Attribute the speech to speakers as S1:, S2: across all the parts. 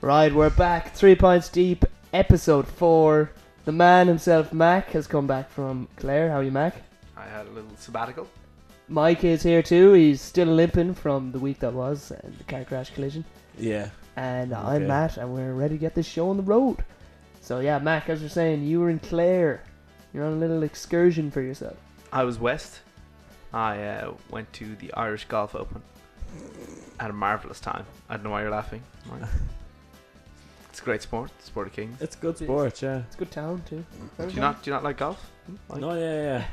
S1: Right, we're back. Three pints deep, episode four. The man himself, Mac, has come back from Clare. How are you, Mac?
S2: I had a little sabbatical.
S1: Mike is here too. He's still limping from the week that was and the car crash collision.
S3: Yeah.
S1: And
S3: Okay.
S1: I'm Matt, and we're ready to get this show on the road. So yeah, Mac, as you're saying, you were in Clare. You're on a little excursion for yourself.
S2: I was west. I uh, went to the Irish Golf Open. Had a marvelous time. I don't know why you're laughing. Mike. it's a great sport, sport of kings.
S3: It's good
S1: It's-
S3: sport, yeah.
S1: It's a good town too.
S2: Do you not? Do you not like golf? Like-
S3: No, yeah, yeah.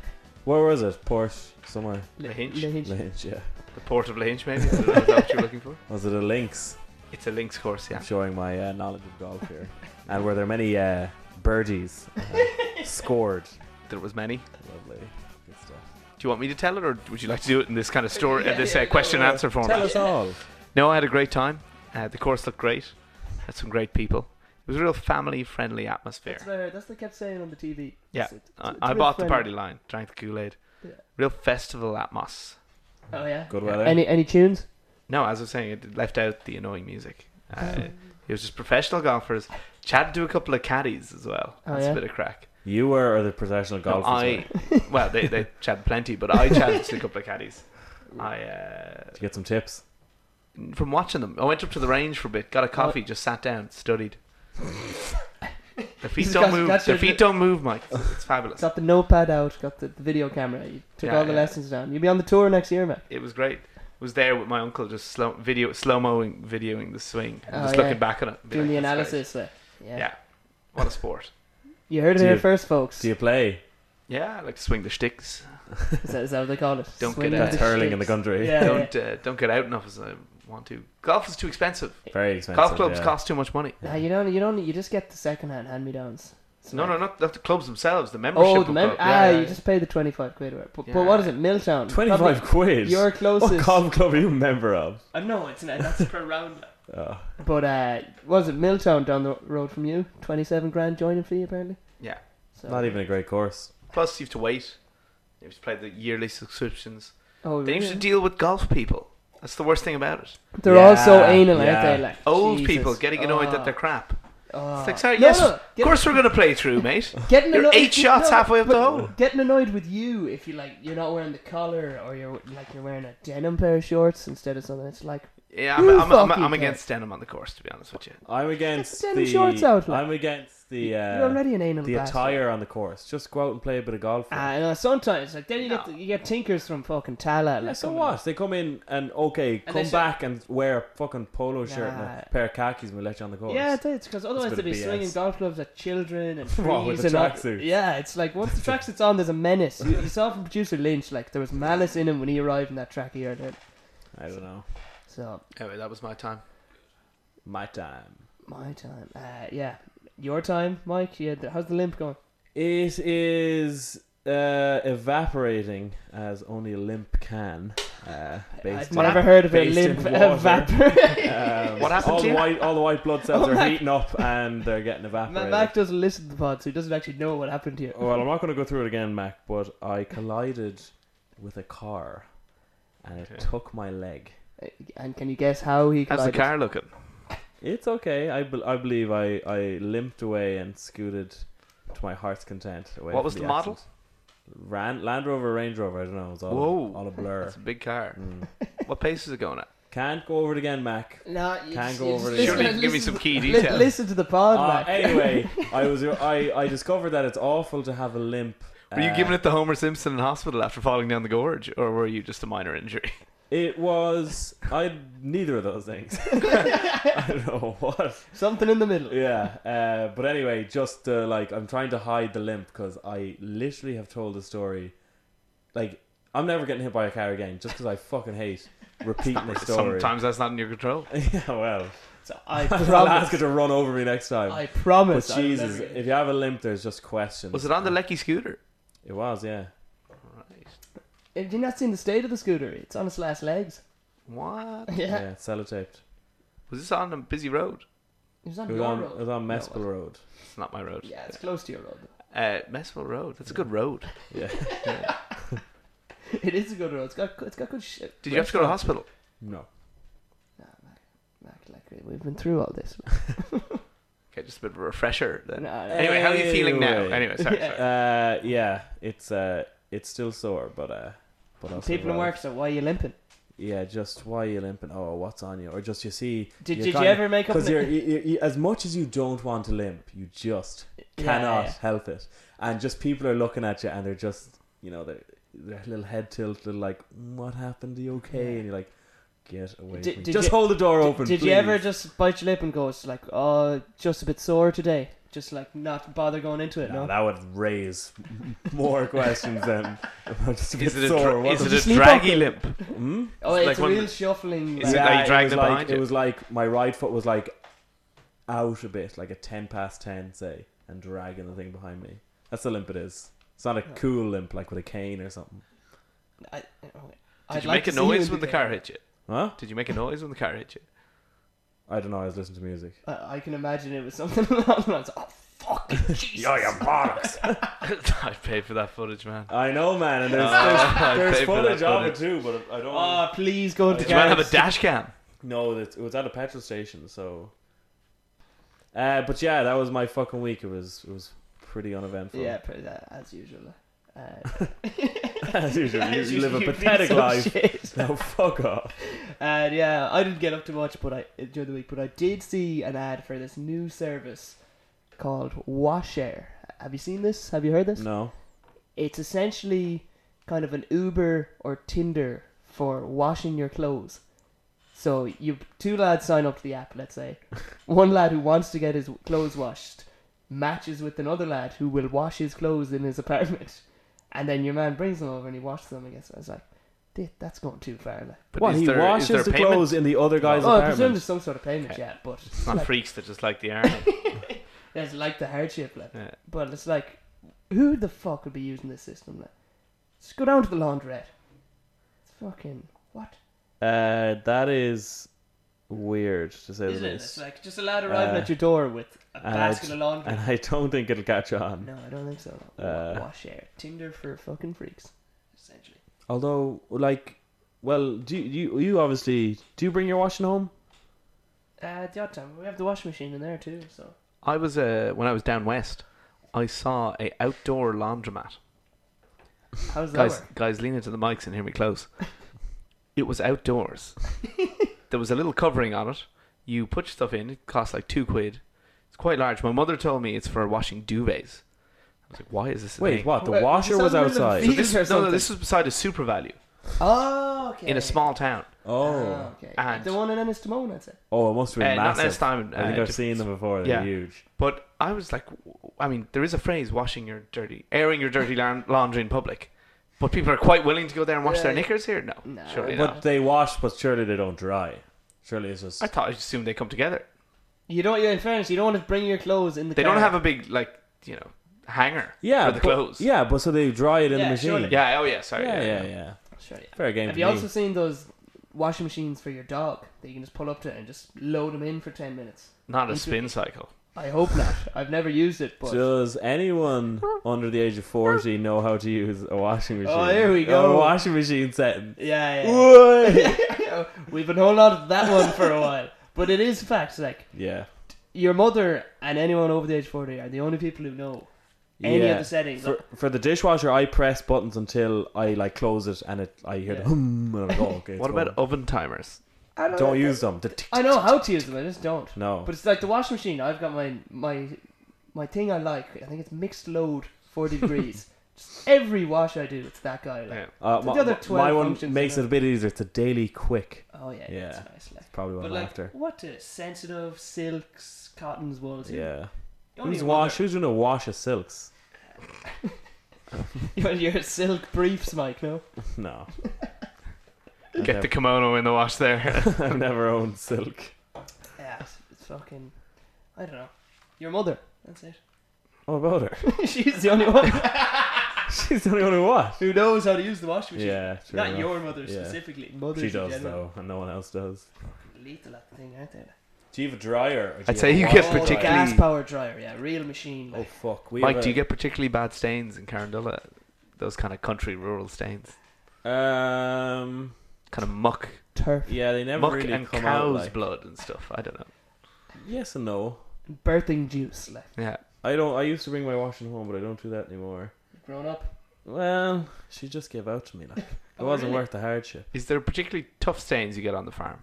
S3: Where was it? Port, somewhere.
S1: Le-
S2: Lahinch?
S1: Lahinch.
S3: Lynch, yeah.
S2: The Port of Lahinch, maybe. I don't know if that's what you're looking for.
S3: Was it a links?
S2: It's a links course, yeah.
S3: I'm showing my uh, knowledge of golf here. and were there many uh, birdies uh, scored?
S2: There was many.
S3: Lovely. Good stuff.
S2: Do you want me to tell it, or would you like to do it in this kind of story,
S1: Yeah,
S2: uh, this
S1: yeah,
S2: uh,
S1: go
S2: question and
S1: on.
S2: answer
S3: Tell
S2: format?
S3: us all.
S2: No, I had a great time. Uh, the course looked great. Had some great people. It was a real family-friendly atmosphere.
S1: That's what I heard. That's what they kept saying on the TV.
S2: Yeah.
S1: It's- it's-
S2: I,
S1: it's
S2: I
S1: real
S2: bought the
S1: friendly.
S2: party line, drank the Kool Aid.
S1: Yeah.
S2: Real festival atmos.
S1: Oh yeah.
S3: Good
S2: Yeah.
S3: weather.
S1: Any any tunes?
S2: No, as I was saying, it left out the annoying music. Uh, it was just professional golfers. Chatted to a couple of caddies as well.
S1: Oh,
S2: That's
S1: yeah?
S2: a bit of crack.
S3: you were or the professional
S2: No,
S3: golfers?
S2: I,
S3: were?
S2: well, they, they chatted plenty, but I chatted to a couple of caddies. I, uh,
S3: Did you get some tips?
S2: from watching them, I went up to the range for a bit, got a coffee, just sat down, studied. Their feet
S1: He's
S2: don't
S1: got-
S2: move.
S1: got
S2: Their
S1: your-
S2: feet don't move, Mike. It's, it's fabulous.
S1: Got the notepad out. Got the, the video camera. You took
S2: Yeah,
S1: all the
S2: yeah.
S1: lessons down. You'll be on the tour next year, Mac.
S2: it was great. Was there with my uncle, just slow video, slow moing, videoing the swing, and
S1: Oh,
S2: just
S1: yeah.
S2: looking back on it, and be
S1: Doing
S2: like,
S1: the
S2: "That's great."
S1: analysis. There. Yeah.
S2: Yeah. What a sport!
S1: You heard it
S3: Do
S1: here
S3: you-
S1: first, folks.
S3: Do you play?
S2: Yeah, I like to swing the sticks.
S1: Is that, is that what they call it?
S2: Don't get
S1: Swinging
S2: out.
S1: the
S3: That's hurling in the
S1: sticks.
S3: country.
S1: Yeah,
S2: don't Uh, don't get out enough as I want to. Golf is too expensive.
S3: Very expensive.
S2: Golf clubs
S3: yeah.
S2: cost too much money.
S1: Nah, you don't. You don't. You just get the secondhand hand-me-downs. It's
S2: No,
S1: like-
S2: no, not, not the clubs themselves. The membership.
S1: Oh,
S2: of
S1: the mem-
S2: club.
S1: ah,
S2: Yeah, yeah,
S1: you
S2: yeah.
S1: just pay the twenty-five quid. Or, but,
S2: Yeah.
S1: but what is it, Milltown?
S3: 25
S1: Probably
S3: quid. Oh,
S1: Your
S3: what
S1: closest.
S3: golf club are you a member of?
S1: Uh, no, it's not. That's per round.
S3: Oh,
S1: But uh, was it Milltown down the road from you? Twenty-seven grand joining fee apparently.
S2: Yeah.
S1: So,
S3: not even a great course.
S2: Plus, you have to wait. You have to play the yearly subscriptions.
S1: Oh,
S2: Then you have to
S1: really?
S2: deal with golf people. That's the worst thing about it.
S1: They're all so
S3: Yeah,
S1: anal,
S3: yeah.
S1: aren't they? Like
S2: Old
S1: Jesus.
S2: people getting annoyed
S1: Oh,
S2: that they're crap.
S1: oh.
S2: It's like, sorry,
S1: No,
S2: yes,
S1: no,
S2: of
S1: get-
S2: course we're going to play through, mate.
S1: Getting
S2: You're
S1: annoyed,
S2: eight shots
S1: no,
S2: halfway up the
S1: but
S2: hole.
S1: Getting annoyed with you if you like you're not wearing the collar or you're like you're wearing a denim pair of shorts instead of something. It's like
S2: Yeah, I'm,
S1: You
S2: I'm, I'm,
S1: fucking
S2: I'm
S1: cunt.
S2: against denim on the course, to be honest with you.
S3: I'm against
S1: denim
S3: the
S1: shorts out, like.
S3: I'm against the uh,
S1: you're already an anal
S3: the
S1: bastard.
S3: attire on the course. Just go out and play a bit of golf.
S1: Ah, I know. Sometimes like then you get
S2: No.
S1: the, you get tinkers from fucking Tala.
S3: yeah,
S1: Like,
S3: so
S1: coming
S3: what? They come in and okay,
S1: And they
S3: come
S1: say-
S3: back and wear a fucking polo shirt and
S1: Nah.
S3: a pair of khakis and we let you on the
S1: up.
S3: course.
S1: Yeah, it is because otherwise
S3: bit
S1: they'd
S3: of
S1: be
S3: BS.
S1: swinging golf clubs at children and trees
S3: What, with the
S1: and all-
S3: tracksuits?
S1: Yeah, it's like once the tracksuit's on, there's a menace. You, you saw from producer Lynch like there was malice in him when he arrived in that track he heard it.
S3: I don't know.
S1: So
S2: Anyway, that was my time.
S3: My time.
S1: my time, uh, yeah, your time, Mike. Yeah, how's the limp going?
S3: It is uh, evaporating as only a limp can. Uh, based
S1: I've
S3: on-
S1: never heard of a
S3: based
S1: limp
S3: in water.
S1: evaporate.
S3: um,
S2: What happened
S3: all
S2: to
S3: the
S2: you?
S3: white, all the white blood cells
S1: Oh
S3: are
S1: my-
S3: heating up and they're getting evaporated.
S1: Mac doesn't listen to the pod, so he doesn't actually know what happened here.
S3: Well, I'm not going to go through it again, Mac, but I collided with a car and it
S2: Okay.
S3: took my leg.
S1: And can you guess how he
S2: How's the
S1: collided?
S2: car looking?
S3: It's okay. I, bel I believe I, I limped away and scooted to my heart's content. Away
S2: What
S3: from
S2: was the model?
S3: accident. Ran, Land Rover, Range Rover. I don't know. It was all,
S2: Whoa.
S3: all a blur.
S2: It's a big car.
S3: Mm.
S2: What pace is it going at?
S3: Can't go over it again, Mac.
S1: No, you
S3: Can't
S1: just-
S3: go
S1: you just
S3: over it.
S1: listen-
S2: Surely you can give me
S1: listen-
S2: some key
S1: li-
S2: details.
S1: Listen to the pod,
S3: Uh,
S1: Mac.
S3: anyway, I was I, I discovered that it's awful to have a limp.
S2: Were you
S3: uh,
S2: giving it the Homer Simpson in hospital after falling down the gorge, or were you just a minor injury?
S3: It was I neither of those things. I don't know what.
S1: Something in the middle.
S3: Yeah, uh, but anyway, just uh, like I'm trying to hide the limp because I literally have told the story. Like I'm never getting hit by a car again, just because I fucking hate repeating the story.
S2: Sometimes that's not in your control.
S3: yeah, well,
S1: So I
S3: I'll ask her
S1: promise.
S3: to run over me next time.
S1: I
S3: but
S1: promise. I will
S3: Jesus,
S1: never get-
S3: if you have a limp, there's just questions.
S2: Was it on the Lecky scooter?
S3: It was, yeah.
S2: Right.
S1: Have you not seen the state of the scooter? It's on its last legs.
S2: What?
S3: Yeah,
S1: Yeah.
S3: it's sellotaped.
S2: Was this on a busy road?
S1: It was on
S3: It was
S1: your
S3: on, it
S1: road.
S3: was on
S2: No, it
S3: Mespel Road.
S2: It's not my road.
S1: Yeah, it's close to your road. though.
S2: Uh, Messville Road. That's a good road.
S3: Yeah.
S1: It is a good road. It's got, it's got good shit.
S2: Did you have to go to hospital?
S3: no.
S1: Nah, Mac, Mac, like, Okay, we've been through all this.
S2: Okay, just a bit of a refresher then.
S1: No, no.
S2: Anyway, how are you feeling now?
S3: Anyway.
S2: Anyway, sorry.
S1: Yeah.
S2: sorry.
S3: Uh, yeah, it's uh, it's still sore, but uh, but I'll
S1: People in work, so why are you limping?
S3: Yeah, just why are you limping? Oh, what's on you? Or just you see.
S1: Did,
S3: you're
S1: did you
S3: kinda-
S1: ever make up?
S3: Because
S1: an- e-
S3: you're, you, you, you- as much as you don't want to limp, you just
S1: Yeah,
S3: cannot
S1: yeah.
S3: help it, and just people are looking at you, and they're just you know their their little head tilt, they're like, "Mm, "What happened? Are you okay?" And you're like, "Get away!
S1: Did-
S3: from me.
S1: did
S3: Just
S1: you-
S3: hold the door
S1: Did-
S3: open."
S1: Did, you ever
S3: please."
S1: just bite your lip and go, it's like, oh, just a bit sore today? Just like not bother going into it.
S3: No,
S1: No.
S3: that would raise m- more questions than about just a bit
S2: Is it a,
S3: sore.
S2: dra-
S3: wasn't
S1: Did
S2: is
S1: you sleep
S2: it a draggy
S1: on
S2: limp?
S3: it? Hmm?
S1: oh,
S2: It's
S1: it's,
S2: like
S1: a
S2: when-
S1: real shuffling.
S2: Is it
S1: like-
S2: that you dragged
S3: was
S2: it
S3: like,
S2: behind you?
S3: It was like my right foot was like out a bit, like a ten past ten, say, and dragging the thing behind me. That's the limp it is. It's not a
S1: Yeah.
S3: cool limp like with a cane or something.
S1: I, oh,
S2: Did
S1: I'd
S2: you
S1: like
S2: make
S1: to
S2: a
S1: see you
S2: noise
S1: in
S2: when the car hit you?
S3: Huh?
S2: Did you make a noise when the car hit you?
S3: I don't know. I was listening to music.
S1: I, I can imagine it was something along the lines. Oh fuck! Jesus.
S3: Yo, you bollocks!
S2: I paid for that footage, man.
S3: I know, man. And there's,
S2: Oh, I
S3: there's,
S2: paid
S3: there's
S2: for that
S3: footage of it too, but I don't.
S1: Oh, please go into
S2: Did you not have a
S1: cars.
S2: dash cam?
S3: No, it it was at a petrol station, so. Uh, but yeah, that was my fucking week. It was it was pretty uneventful.
S1: Yeah, pretty, uh, as usual. Uh,
S3: as usual, you,
S1: as
S3: you live a
S1: usual, piece
S3: pathetic
S1: of
S3: life.
S1: shit.
S3: No, fuck off.
S1: And yeah, I didn't get up to much, but I during the week, but I did see an ad for this new service called Washair. Have you seen this? Have you heard this?
S3: No.
S1: It's essentially kind of an Uber or Tinder for washing your clothes. So you two lads sign up to the app, let's say. One lad who wants to get his clothes washed matches with another lad who will wash his clothes in his apartment. And then your man brings them over and he washes them, I guess. I was like, "Th- that's going too far. Like,
S2: But
S3: what
S2: is
S3: he
S2: there,
S3: washes
S2: is there
S3: the
S2: payment?
S3: clothes in the other guy's
S1: Oh, I presume
S3: apartment.
S1: there's some sort of payment,
S2: Okay.
S1: yeah, but
S2: It's not
S1: like,
S2: freaks that just like the army.
S1: there's like the hardship, like,
S2: Yeah.
S1: but it's like, who the fuck would be using this system, like? Just go down to the laundrette. It's fucking what?
S3: Uh, that is weird to say
S1: Is
S3: the
S1: it?
S3: least.
S1: It's like just a lad arriving
S3: Uh,
S1: at your door with a
S3: and
S1: basket
S3: I-
S1: of laundry.
S3: and I don't think it'll catch on.
S1: no, I don't think so.
S3: Uh,
S1: Wash air, Tinder for fucking freaks, essentially.
S3: Although, like, well, do you, you you obviously do you bring your washing home?
S1: Uh, the odd time we have the washing machine in there too, so
S2: I was uh, when I was down west. I saw a outdoor laundromat.
S1: how does that
S2: Guys,
S1: work?
S2: guys, lean into the mics and hear me close. it was outdoors. there was a little covering on it. You put your stuff in. It costs like two quid. It's quite large. My mother told me it's for washing duvets. I was like, why is this? A
S3: Wait,
S2: thing?
S3: what? The
S1: Wait,
S3: washer
S1: is
S3: was
S1: that a little
S3: outside.
S1: feet?
S2: So
S1: Or
S2: this, no, no,
S1: something.
S2: this was beside a super value
S1: Oh, okay. Ah,
S2: in a small town.
S3: Oh,
S1: okay.
S2: And-
S1: the one in Ennistimon, that's it.
S3: oh, it must have
S2: Uh,
S3: been
S2: not
S3: massive.
S2: last time.
S3: I think
S2: uh,
S3: I've seen them before. They're
S2: yeah.
S3: huge.
S2: But I was like, w- I mean, there is a phrase: washing your dirty, airing your dirty laun- laundry in public. But people are quite willing to go there and wash their
S1: Yeah.
S2: knickers here. No,
S1: No.
S2: surely
S3: But
S2: not.
S3: they wash, but surely they don't dry. Surely it's just
S2: I thought I assumed they come together.
S1: You don't. In fairness, you don't want to bring your clothes in the.
S2: They
S1: car.
S2: don't have a big like you know hanger
S3: yeah,
S2: for the
S3: but,
S2: clothes.
S3: Yeah, but so they dry it in the
S1: Yeah,
S3: machine.
S1: surely.
S2: yeah. Oh yeah. Sorry.
S3: yeah, yeah, yeah,
S1: Sure, yeah.
S3: Fair game.
S1: Have
S3: to
S1: you
S3: me.
S1: also seen those washing machines for your dog that you can just pull up to and just load them in for ten minutes?
S2: Not a
S1: Into-
S2: spin cycle.
S1: I hope not. I've never used it, but
S3: Does anyone under the age of forty know how to use a washing machine?
S1: Oh, here we
S3: A
S1: go.
S3: washing machine setting.
S1: yeah, yeah,
S3: Oi!
S1: yeah. we've been holding on to that one for a while. But it is facts. Like
S3: yeah.
S1: your mother and anyone over the age of forty are the only people who know any
S3: yeah.
S1: of the settings.
S3: for, for the dishwasher, I press buttons until I like close it, and it I hear
S1: Yeah.
S3: the hum, and I'm like, oh, okay. it's
S2: what about
S3: going.
S2: oven timers?
S1: I
S3: Don't use them. The tick,
S1: I know how to use them. I just don't.
S3: no.
S1: But it's like the washing machine. I've got my my my thing I like. I think it's mixed load, forty degrees. Just every wash I do, it's that guy. Like,
S2: Yeah.
S3: Uh,
S1: the
S3: my,
S1: other
S3: my-
S1: 12
S3: my one
S1: functions
S3: makes
S1: in
S3: it a bit easier. It's a daily quick.
S1: Oh yeah,
S3: Yeah.
S1: yeah, that's nice. Like,
S3: Probably what
S1: but
S3: I'm
S1: like,
S3: after.
S1: what uh, sensitive silks, cottons, wools. you-
S3: Yeah.
S1: you only wonder-
S3: Who's wash? Who's gonna wash a silks?
S1: Your, your silk briefs, Mike. No,
S3: No.
S2: Get the kimono in the wash there.
S3: the. I've never owned silk.
S1: yeah, it's, it's fucking. I don't know. Your mother. That's it.
S3: What about her?
S1: She's the only one
S3: She's the only one who wash.
S1: who knows how to use the washing machine.
S3: Yeah. True
S1: Not
S3: enough.
S1: your mother
S3: Yeah.
S1: specifically. Mothers
S3: She does
S1: in general.
S3: though, and no one else does.
S1: Lethal at the thing, aren't they?
S3: Do you have a dryer? Or do
S2: I'd say
S3: have a
S2: you
S1: Oh,
S2: get
S3: washer
S1: the
S3: dryer?
S2: particularly-
S1: gas power dryer. Yeah, real machine.
S3: Oh
S1: Like.
S3: fuck! We
S2: Mike,
S3: have
S2: do you
S3: a-
S2: get particularly bad stains in Carandola? Those kind of country rural stains.
S3: Um,
S2: kind of muck,
S1: turf,
S3: Yeah, they never
S2: muck
S3: really
S2: and
S3: come
S2: cow's
S3: out. Like,
S2: blood and stuff. I don't know.
S3: yes and no.
S1: birthing juice. Like
S2: Yeah,
S3: I don't. I used to bring my washing home, but I don't do that anymore.
S1: grown up.
S3: Well, she just gave out to me. Like it
S1: Oh,
S3: wasn't
S1: really?
S3: worth the hardship.
S2: is there particularly tough stains you get on the farm?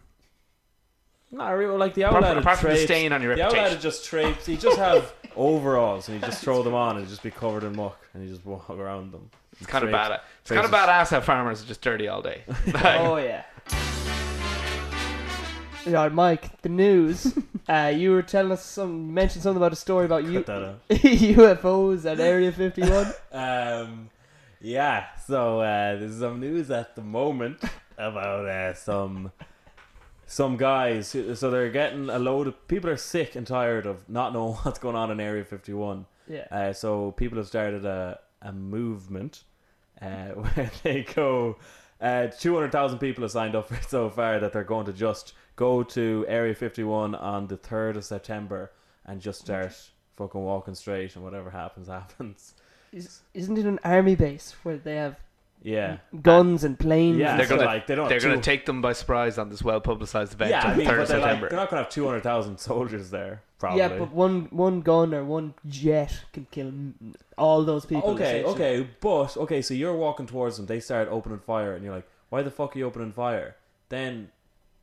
S3: Not really. Like the owl
S2: Apart,
S3: had
S2: from-
S3: a
S2: apart from the
S3: traipse.
S2: stain on your
S3: The owl
S2: reputation.
S3: had it just traipse. He'd just have overalls and he'd just throw them on and he'd just be covered in muck and he'd just walk around them.
S2: It's kind of
S3: Traipse.
S2: bad. It's kind of
S3: Traipses.
S2: badass how farmers are just dirty all day. Like,
S1: Oh yeah. Yeah, Mike. The news. uh, you were telling us some. You mentioned something about a story about you
S3: Cut that out.
S1: UFOs at Area Fifty One.
S3: Um, yeah, so uh, there's some news at the moment about uh, some some guys. who- So they're getting a load of people are sick and tired of not knowing what's going on in Area 51.
S1: yeah.
S3: Uh, so people have started a a movement uh, where they go. Uh, 200,000 people have signed up for it so far that they're going to just go to Area 51 on the 3rd of September and just start fucking walking straight and whatever happens, happens.
S1: Is, isn't it an army base where they have
S3: Yeah.
S1: guns and planes?
S3: Yeah,
S1: and
S2: They're
S3: they're
S1: stuff?
S2: gonna-
S3: gonna, like, they don't
S2: They're
S3: have two-
S2: going to take them by surprise on this well-publicized event
S3: yeah,
S2: on
S3: I mean,
S2: the third
S3: but
S2: of
S3: they're,
S2: September.
S3: like, they're not gonna have two hundred thousand soldiers there, probably.
S1: Yeah, but one one gun or one jet can kill m- all those people.
S3: okay,
S1: essentially.
S3: okay, but okay, so you're walking towards them, they start opening fire, and you're like, why the fuck are you opening fire? Then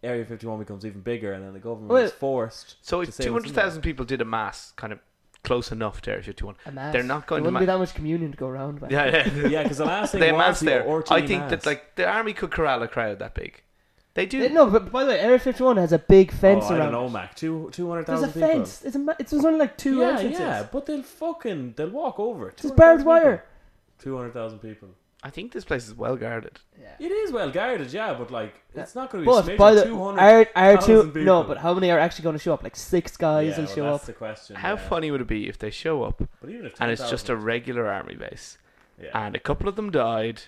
S3: Area Fifty One becomes even bigger, and then the government
S1: Well-
S3: is forced.
S2: so
S3: to
S2: it's
S3: say
S2: two
S3: what's in
S2: hundred thousand people did a mass kind of close enough to Area Fifty One.
S1: A mass.
S2: They're not going
S1: There
S2: to
S1: wouldn't be that much communion to go around. By.
S2: Yeah, yeah.
S3: Yeah, because the last thing
S2: they
S3: was
S2: amassed
S3: the
S2: there.
S3: RTE
S2: I think
S3: mass.
S2: that like the army could corral a crowd that big. They do.
S1: Uh, No, but by the way, Area 51 has a big fence
S3: oh,
S1: around.
S3: I don't know,
S1: it.
S3: Mac. Two two hundred
S1: There's a
S3: thousand people.
S1: fence. It's a ma- it's there's only like two
S3: yeah,
S1: entrances.
S3: yeah, but they'll fucking they'll walk over. it.
S1: There's barbed wire.
S3: Two hundred thousand people.
S2: I think this place is well guarded.
S1: Yeah.
S3: It is well guarded, yeah, but like it's not going to be.
S1: But
S3: smashed
S1: by
S3: with
S1: the
S3: 200
S1: are, are two
S3: 200,000
S1: no,
S3: people.
S1: but how many are actually going to show up? Like six guys
S3: yeah,
S1: will
S3: well,
S1: show
S3: that's
S1: up.
S3: the question.
S2: How
S3: yeah.
S2: funny would it be if they show up
S3: But even if
S2: and it's just a
S3: 10,000,
S2: regular army base,
S3: yeah.
S2: and a couple of them died,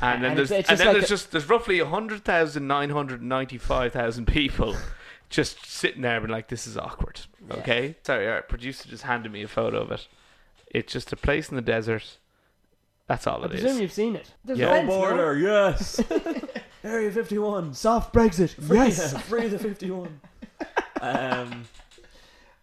S2: and then
S1: And
S2: there's
S1: it's- it's just
S2: and then
S1: like
S2: there's
S1: a-
S2: just there's roughly hundred thousand nine hundred ninety five thousand people. Just sitting there and like, this is awkward.
S1: Yeah.
S2: Okay, sorry. Our producer just handed me a photo of it. It's just a place in the desert. That's all
S1: I
S2: it is.
S1: presume you've seen it. There's a
S2: Yeah. No
S1: fence,
S3: border, yes. Area 51.
S1: Soft Brexit.
S3: Free,
S1: yes.
S3: free the 51. um,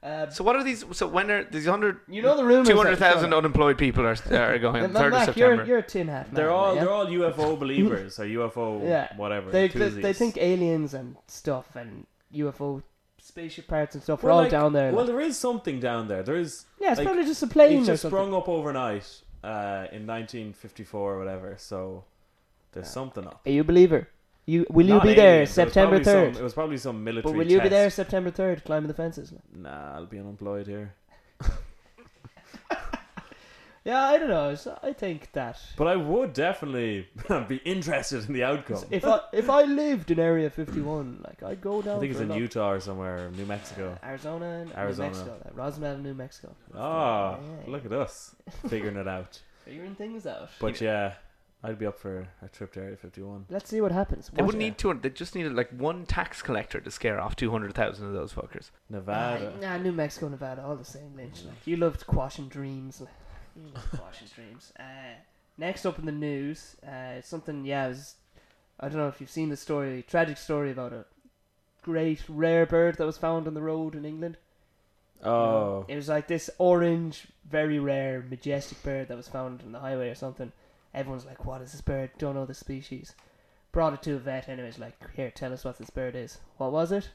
S1: Uh,
S2: So what are these? So when are these hundred?
S1: you know the rumors. that-
S2: Two hundred thousand unemployed people are, are going on
S1: Ma-
S2: the third of
S1: Mac, you're,
S2: September.
S1: you're a tin hat man.
S3: they're all
S1: yeah?
S3: they're all UFO believers or UFO
S1: Yeah.
S3: whatever.
S1: they, they, they
S3: enthusiasts.
S1: think aliens and stuff and UFO spaceship parts and stuff are
S3: Well,
S1: all
S3: like-
S1: down there.
S3: Well, there is something down there. There is.
S1: yeah, it's
S3: like,
S1: probably just a
S3: It
S1: plane or
S3: just
S1: something.
S3: sprung up overnight uh, in 1954 or whatever. So there's
S1: Yeah.
S3: something up.
S1: Are you a believer? You will you
S3: Not
S1: be there
S3: aliens, it was
S1: September
S3: probably some-
S1: third?
S3: It was probably some military.
S1: But will you be
S3: test.
S1: there September third, climbing the fences?
S3: Nah, I'll be unemployed here.
S1: Yeah, I don't know. So I think that
S3: But I would definitely be interested in the outcome.
S1: if I if I lived in Area fifty one, like I'd go down.
S3: I think it's
S1: for a
S3: in
S1: lot-
S3: Utah or somewhere, or New Mexico.
S1: Arizona, and
S3: Arizona.
S1: New Mexico, like, Roswell, New Mexico.
S3: Ah,
S1: Yeah.
S3: look at us figuring it out.
S1: figuring things out.
S3: But yeah, I'd be up for a trip to Area 51.
S1: Let's see what happens.
S2: they
S1: What-
S2: wouldn't need two hundred. They just needed like one tax collector to scare off two hundred thousand of those fuckers.
S1: Nah,
S3: Nevada. Mm.
S1: nah, New Mexico, Nevada, all the same, Lynch. Like, you loved quashing dreams. like, You loved quashing dreams. Uh, next up in the news, uh, it's something, yeah, it was, I don't know if you've seen the story, tragic story about a great rare bird that was found on the road in England.
S3: Oh,
S1: It was like this orange, very rare, majestic bird that was found on the highway or something. Everyone's like, what is this bird? Don't know the species. Brought it to a vet, anyways, like, here, tell us what this bird is. What was it?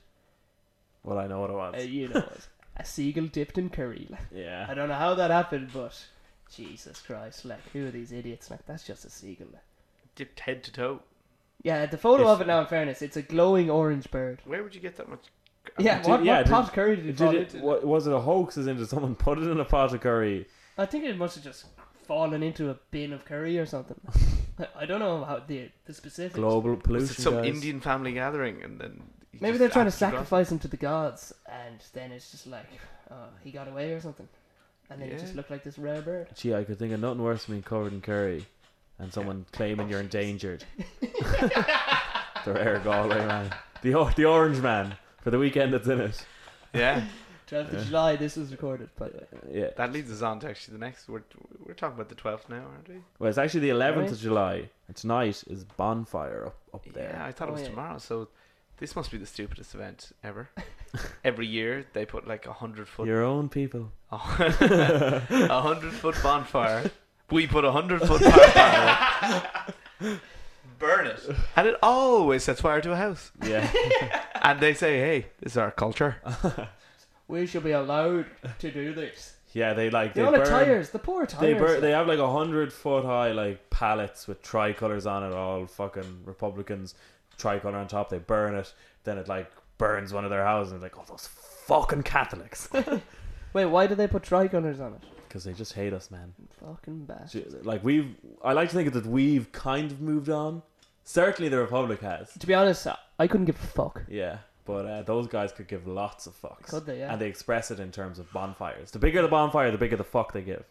S3: well, I know what it was.
S1: Uh, you know it. A seagull dipped in curry. like, I
S3: yeah.
S1: don't know how that happened, but Jesus Christ, like who are these idiots? Like that's just a seagull. like.
S2: Dipped head to toe.
S1: Yeah, the photo
S3: If-
S1: of it now. In fairness, it's a glowing orange bird.
S2: Where would you get that much?
S1: Yeah,
S3: did-
S1: what,
S3: yeah,
S1: what
S3: did-
S1: pot curry did it fall
S3: Did it,
S1: into?
S3: wa- was it a hoax? As into someone put it in a pot of curry?
S1: I think it must have just fallen into a bin of curry or something. I- I don't know about the the specifics.
S3: Global pollution.
S2: Was it some
S3: guys.
S2: Indian family gathering and then? you
S1: Maybe
S2: just
S1: they're trying to
S2: actually got-
S1: sacrifice him to the gods, and then it's just like uh, he got away or something, and then it
S2: Yeah.
S1: just looked like this rare bird.
S3: Gee, I could think of nothing worse than being covered in curry and someone claiming you're endangered. the rare Galway man. The, or- the orange man for the weekend that's in it.
S2: Yeah,
S1: 12th of
S3: Yeah.
S1: July, this was recorded, by the way.
S3: Yeah.
S2: That leads us on to actually the next. We're we're talking about the twelfth now, aren't we?
S3: Well, it's actually the 11th
S1: Really?
S3: of July. And tonight is Bonfire up, up
S2: Yeah,
S3: there.
S2: I thought
S1: Oh,
S2: it was
S1: yeah.
S2: tomorrow. So this must be the stupidest event ever. Every year they put like a hundred foot,
S3: Your own people.
S2: a hundred foot bonfire. We put a hundred foot bonfire. Burn it, and it always sets fire to a house.
S3: Yeah.
S2: And they say, "Hey, this is our culture."
S1: We should be allowed to do this.
S3: yeah, they like.
S1: The
S3: They
S1: amount
S3: burn,
S1: of tires, the poor
S3: They,
S1: tires.
S3: bur- they have like a hundred foot high like pallets with tricolors on it, all fucking Republicans, tricolor on top. They burn it, then it like burns one of their houses. And like, oh, those fucking Catholics,
S1: Wait, why do they put trigoners on it?
S3: because they just hate us, man.
S1: Fucking bad.
S3: Ju- Like we've, I like to think that we've kind of moved on. Certainly, the Republic has.
S1: To be honest, I- I couldn't give a fuck.
S3: Yeah, but uh, those guys could give lots of fucks,
S1: Could they, yeah.
S3: and they express it in terms of bonfires. The bigger the bonfire, the bigger the fuck they give.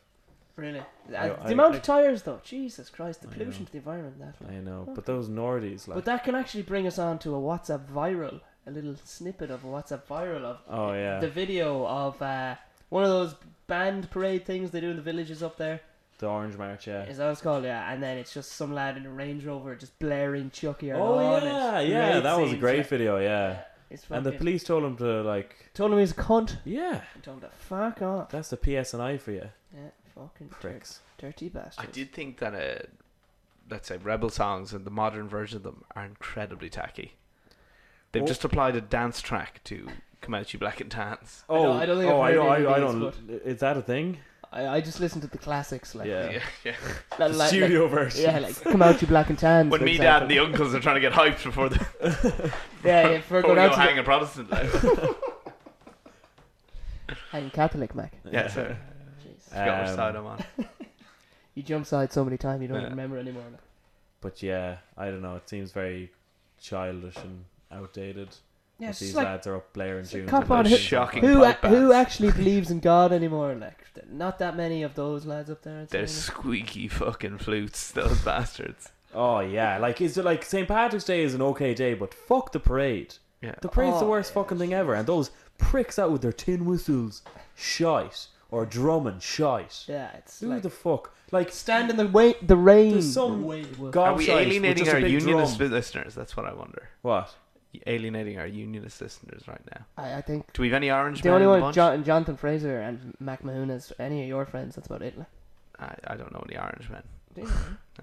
S1: Really?
S3: I-
S1: Uh, the
S3: I-
S1: amount
S3: I-
S1: of tires, though. Jesus Christ, the
S3: I
S1: pollution
S3: know.
S1: to the environment that way.
S3: I know, but those Nordies, like,
S1: But that can actually bring us on to a WhatsApp viral, a little snippet of a WhatsApp viral of
S3: oh yeah,
S1: the
S3: the,
S1: video of uh, one of those band parade things they do in the villages up there.
S3: Orange March, yeah.
S1: Is that what it's called? Yeah. And then it's just some lad in a Range Rover just blaring Chucky or
S3: Oh yeah, yeah, that was a great video, yeah.
S1: It's
S3: And the
S1: police
S3: police told him to like,
S1: told him he's a cunt.
S3: yeah,
S1: I told him to fuck off.
S3: that's the PSNI for you,
S1: Yeah, fucking dirt,
S3: pricks.
S1: dirty bastard.
S2: I did think that, uh, let's say, rebel songs and the modern version of them are incredibly tacky. They've
S3: Oh.
S2: just applied a dance track to Comanche Black and Tans.
S1: I don't- I don't think
S3: oh,
S1: I've
S3: I
S1: heard
S3: don't,
S1: any of
S3: I, I
S1: these,
S3: don't. Is that a thing?
S1: I, I just listened to the classics, like
S3: Yeah.
S2: Yeah, yeah.
S1: like-
S3: The
S1: like-
S3: studio version.
S1: Yeah, like come out you black and tan.
S2: When
S1: for
S2: me, dad, and
S1: example.
S2: the uncles are trying to get hyped before the
S1: yeah, yeah, for
S2: before we
S1: going
S2: go
S1: out to
S2: hang a Protestant. Like.
S1: the, I'm Catholic, Mac.
S2: yeah, sorry.
S1: Jeez.
S2: Forgot which
S3: Um,
S2: side I'm on.
S1: You jump side so many times you don't
S2: Yeah.
S1: remember anymore. Like.
S3: But yeah, I don't know. It seems very childish and outdated.
S1: Yeah,
S3: that
S1: it's
S3: these
S1: just like
S3: lads are up blaring
S1: it's like
S3: tunes.
S1: cop
S3: and
S1: on
S3: things
S1: who-
S2: Shocking.
S3: like
S1: who
S2: pipe
S1: a- who
S2: bands.
S1: actually believes in God anymore? Like, th- not that many of those lads up there. in
S2: They're
S1: Sweden.
S2: squeaky fucking flutes, those bastards.
S3: that. Oh yeah, like is it like St Patrick's Day is an okay day, but fuck the parade.
S2: Yeah.
S3: The parade's the
S1: Oh,
S3: worst
S1: yeah.
S3: fucking thing ever, and those pricks out with their tin whistles, shite or drumming shite.
S1: yeah, it's
S3: Who
S1: like
S3: the fuck? Like
S1: stand in the way, the rain.
S3: There's some
S1: the way- well,
S3: God
S2: Are we alienating our unionist listeners? That's what I wonder.
S3: What?
S2: Alienating our unionist listeners right now.
S1: I, I think
S2: Do we have any orange
S1: the
S2: men
S1: only
S2: in the
S1: one
S2: bunch?
S1: John, Jonathan Fraser and Mac Mahoon is any of your friends. That's about it. Like,
S2: I, I don't know any orange men.
S1: Do you?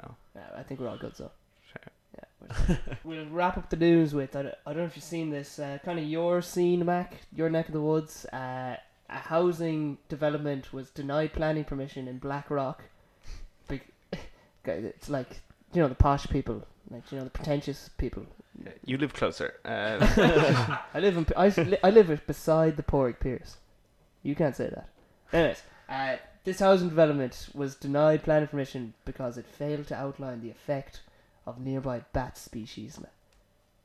S2: No.
S1: Yeah, I think we're all good, so.
S2: Fair.
S1: Yeah, we're- we'll wrap up the news with I don't, I don't know if you've seen this, uh, kind of your scene, Mac, your neck of the woods. Uh, a housing development was denied planning permission in Blackrock. Big, it's like, you know, the posh people, like, you know, the pretentious people.
S2: Yeah, You live closer. Uh,
S1: I live in, I, s- li- I live beside the Porrick Pierce. You can't say that. Anyways, uh, this housing development was denied planning permission because it failed to outline the effect of nearby bat species. man.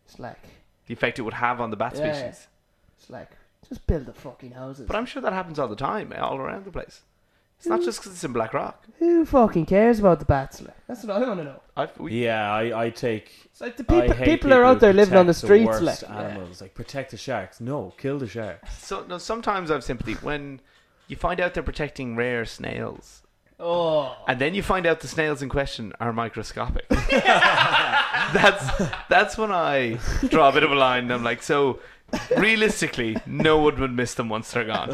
S1: It's like,
S2: the effect it would have on the bat
S1: Yeah, yeah.
S2: species.
S1: it's like, just build the fucking houses.
S2: But I'm sure that happens all the time, eh, all around the place. It's
S1: Mm.
S2: not just because it's in Black Rock.
S1: Who fucking cares about the bats? Like? That's what I want to know.
S2: I've, we,
S3: Yeah, I, I take.
S1: It's like the
S3: I
S1: people,
S3: hate
S1: people, are out
S3: who
S1: there living on the
S3: protect
S1: streets.
S3: worst
S1: like,
S3: animals, like protect the sharks. No, kill the sharks.
S2: so, no, sometimes I've sympathy when you find out they're protecting rare snails,
S1: oh,
S2: and then you find out the snails in question are microscopic. that's that's when I draw a bit of a line. And I'm like, so realistically, no one would miss them once they're gone,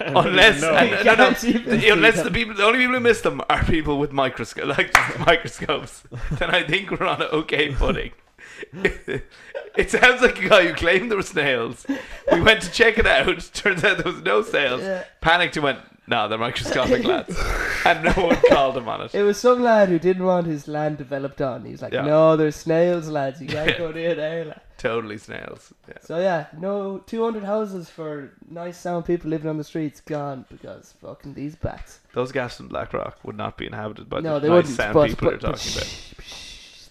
S2: unless
S3: No.
S2: and-
S1: You
S2: no, no,
S1: can't even
S2: the- unless
S1: see
S2: the people, the only people who miss them are people with microscope, like just microscopes. Then I think we're on an okay footing. it sounds like a guy who claimed there were snails. We went to check it out. Turns out there was no snails.
S1: Yeah.
S2: Panicked and went, "No, they're microscopic lads," and no one called him on it.
S1: It was some lad who didn't want his land developed on. He was like,
S2: Yeah.
S1: "No, there's snails, lads. You can't go near there." Like.
S2: Totally snails. Yeah.
S1: So yeah, no, two hundred houses for nice sound people living on the streets gone because fucking these bats.
S2: Those gaps in Black Rock would not be inhabited by
S1: no,
S2: the
S1: they
S2: nice
S1: wouldn't.
S2: sound
S1: but,
S2: people
S1: but-
S2: you're talking
S1: but
S2: about.
S1: shh, shh,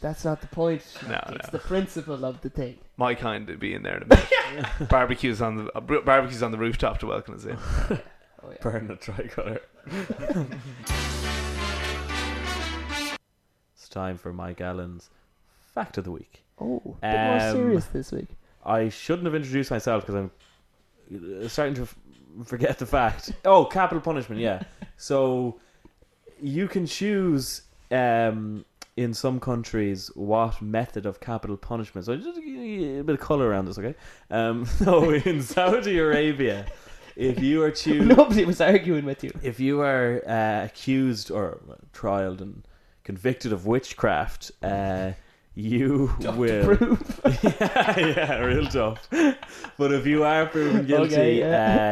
S1: that's not the point.
S2: No,
S1: it's
S2: no.
S1: the principle of the thing.
S2: My kind would be in there in a minute. barbecues on the uh, br- barbecues on the rooftop to welcome us in.
S1: Oh yeah.
S3: Burn the tricolor. it's time for Mike Allen's fact of the week.
S1: Oh, a bit more
S3: Um,
S1: serious this week.
S3: I shouldn't have introduced myself because I'm uh, starting to f- forget the fact. Oh, capital punishment. Yeah. so you can choose um, in some countries what method of capital punishment. So just a bit of color around this, okay? Um, so in Saudi Arabia, if you are choose
S1: Nobody was arguing with you.
S3: if you are uh, accused or trialed and convicted of witchcraft, uh, you
S1: Tough to
S3: will.
S1: prove.
S3: yeah, yeah, real tough. But if you are proven guilty,
S1: Okay,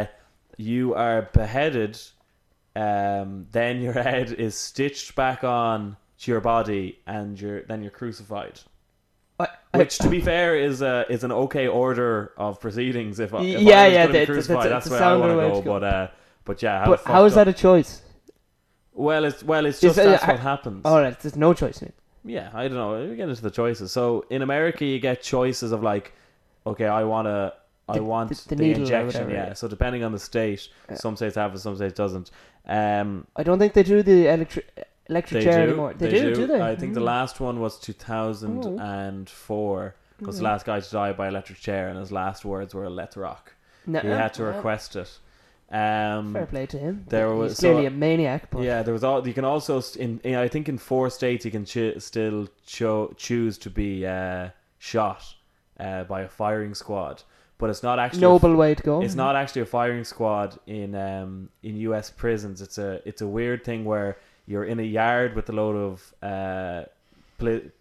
S3: uh, you are beheaded. Um, then your head is stitched back on to your body, and you're then you're crucified.
S1: I- I-
S3: Which, to be fair, is a is an okay order of proceedings. If, I- if
S1: Yeah,
S3: I was
S1: yeah,
S3: gonna be
S1: that's-
S3: crucified,
S1: that's-
S3: that's,
S1: that's a
S3: where I want
S1: sounder way
S3: to
S1: to go.
S3: go. But uh, but yeah, how
S1: but how is
S3: fucked up.
S1: that a choice?
S3: Well, it's well, it's
S1: Is
S3: just
S1: that-
S3: that's
S1: I-
S3: what happens.
S1: All right, there's no choice. Man.
S3: Yeah, I don't know. We get into the choices. So in America, you get choices of like, okay, I want to, I
S1: The-
S3: want
S1: the- the
S3: the,
S1: needle or
S3: injection.
S1: whatever,
S3: Yeah.
S1: yeah.
S3: So depending on the state,
S1: Yeah.
S3: some states have it, some states doesn't. Um,
S1: I don't think they do the electric electric
S3: they
S1: chair
S3: do.
S1: anymore. They, do, do, they?
S3: I think the
S1: Mm.
S3: last one was two thousand and four. Because the
S1: Mm.
S3: last guy to die by electric chair, and his last words were "Let's rock."
S1: No,
S3: He had to
S1: no.
S3: request it. Um,
S1: Fair play to him.
S3: there
S1: He's
S3: was- so-
S1: clearly a maniac, but
S3: Yeah, there was all. You can also st- in, in I think in four states you can ch- still cho- choose to be uh, shot uh, by a firing squad, but it's not actually
S1: noble way to go.
S3: it's not actually a firing squad in um, in U.S. prisons. It's a it's a weird thing where you're in a yard with a load of uh, pli-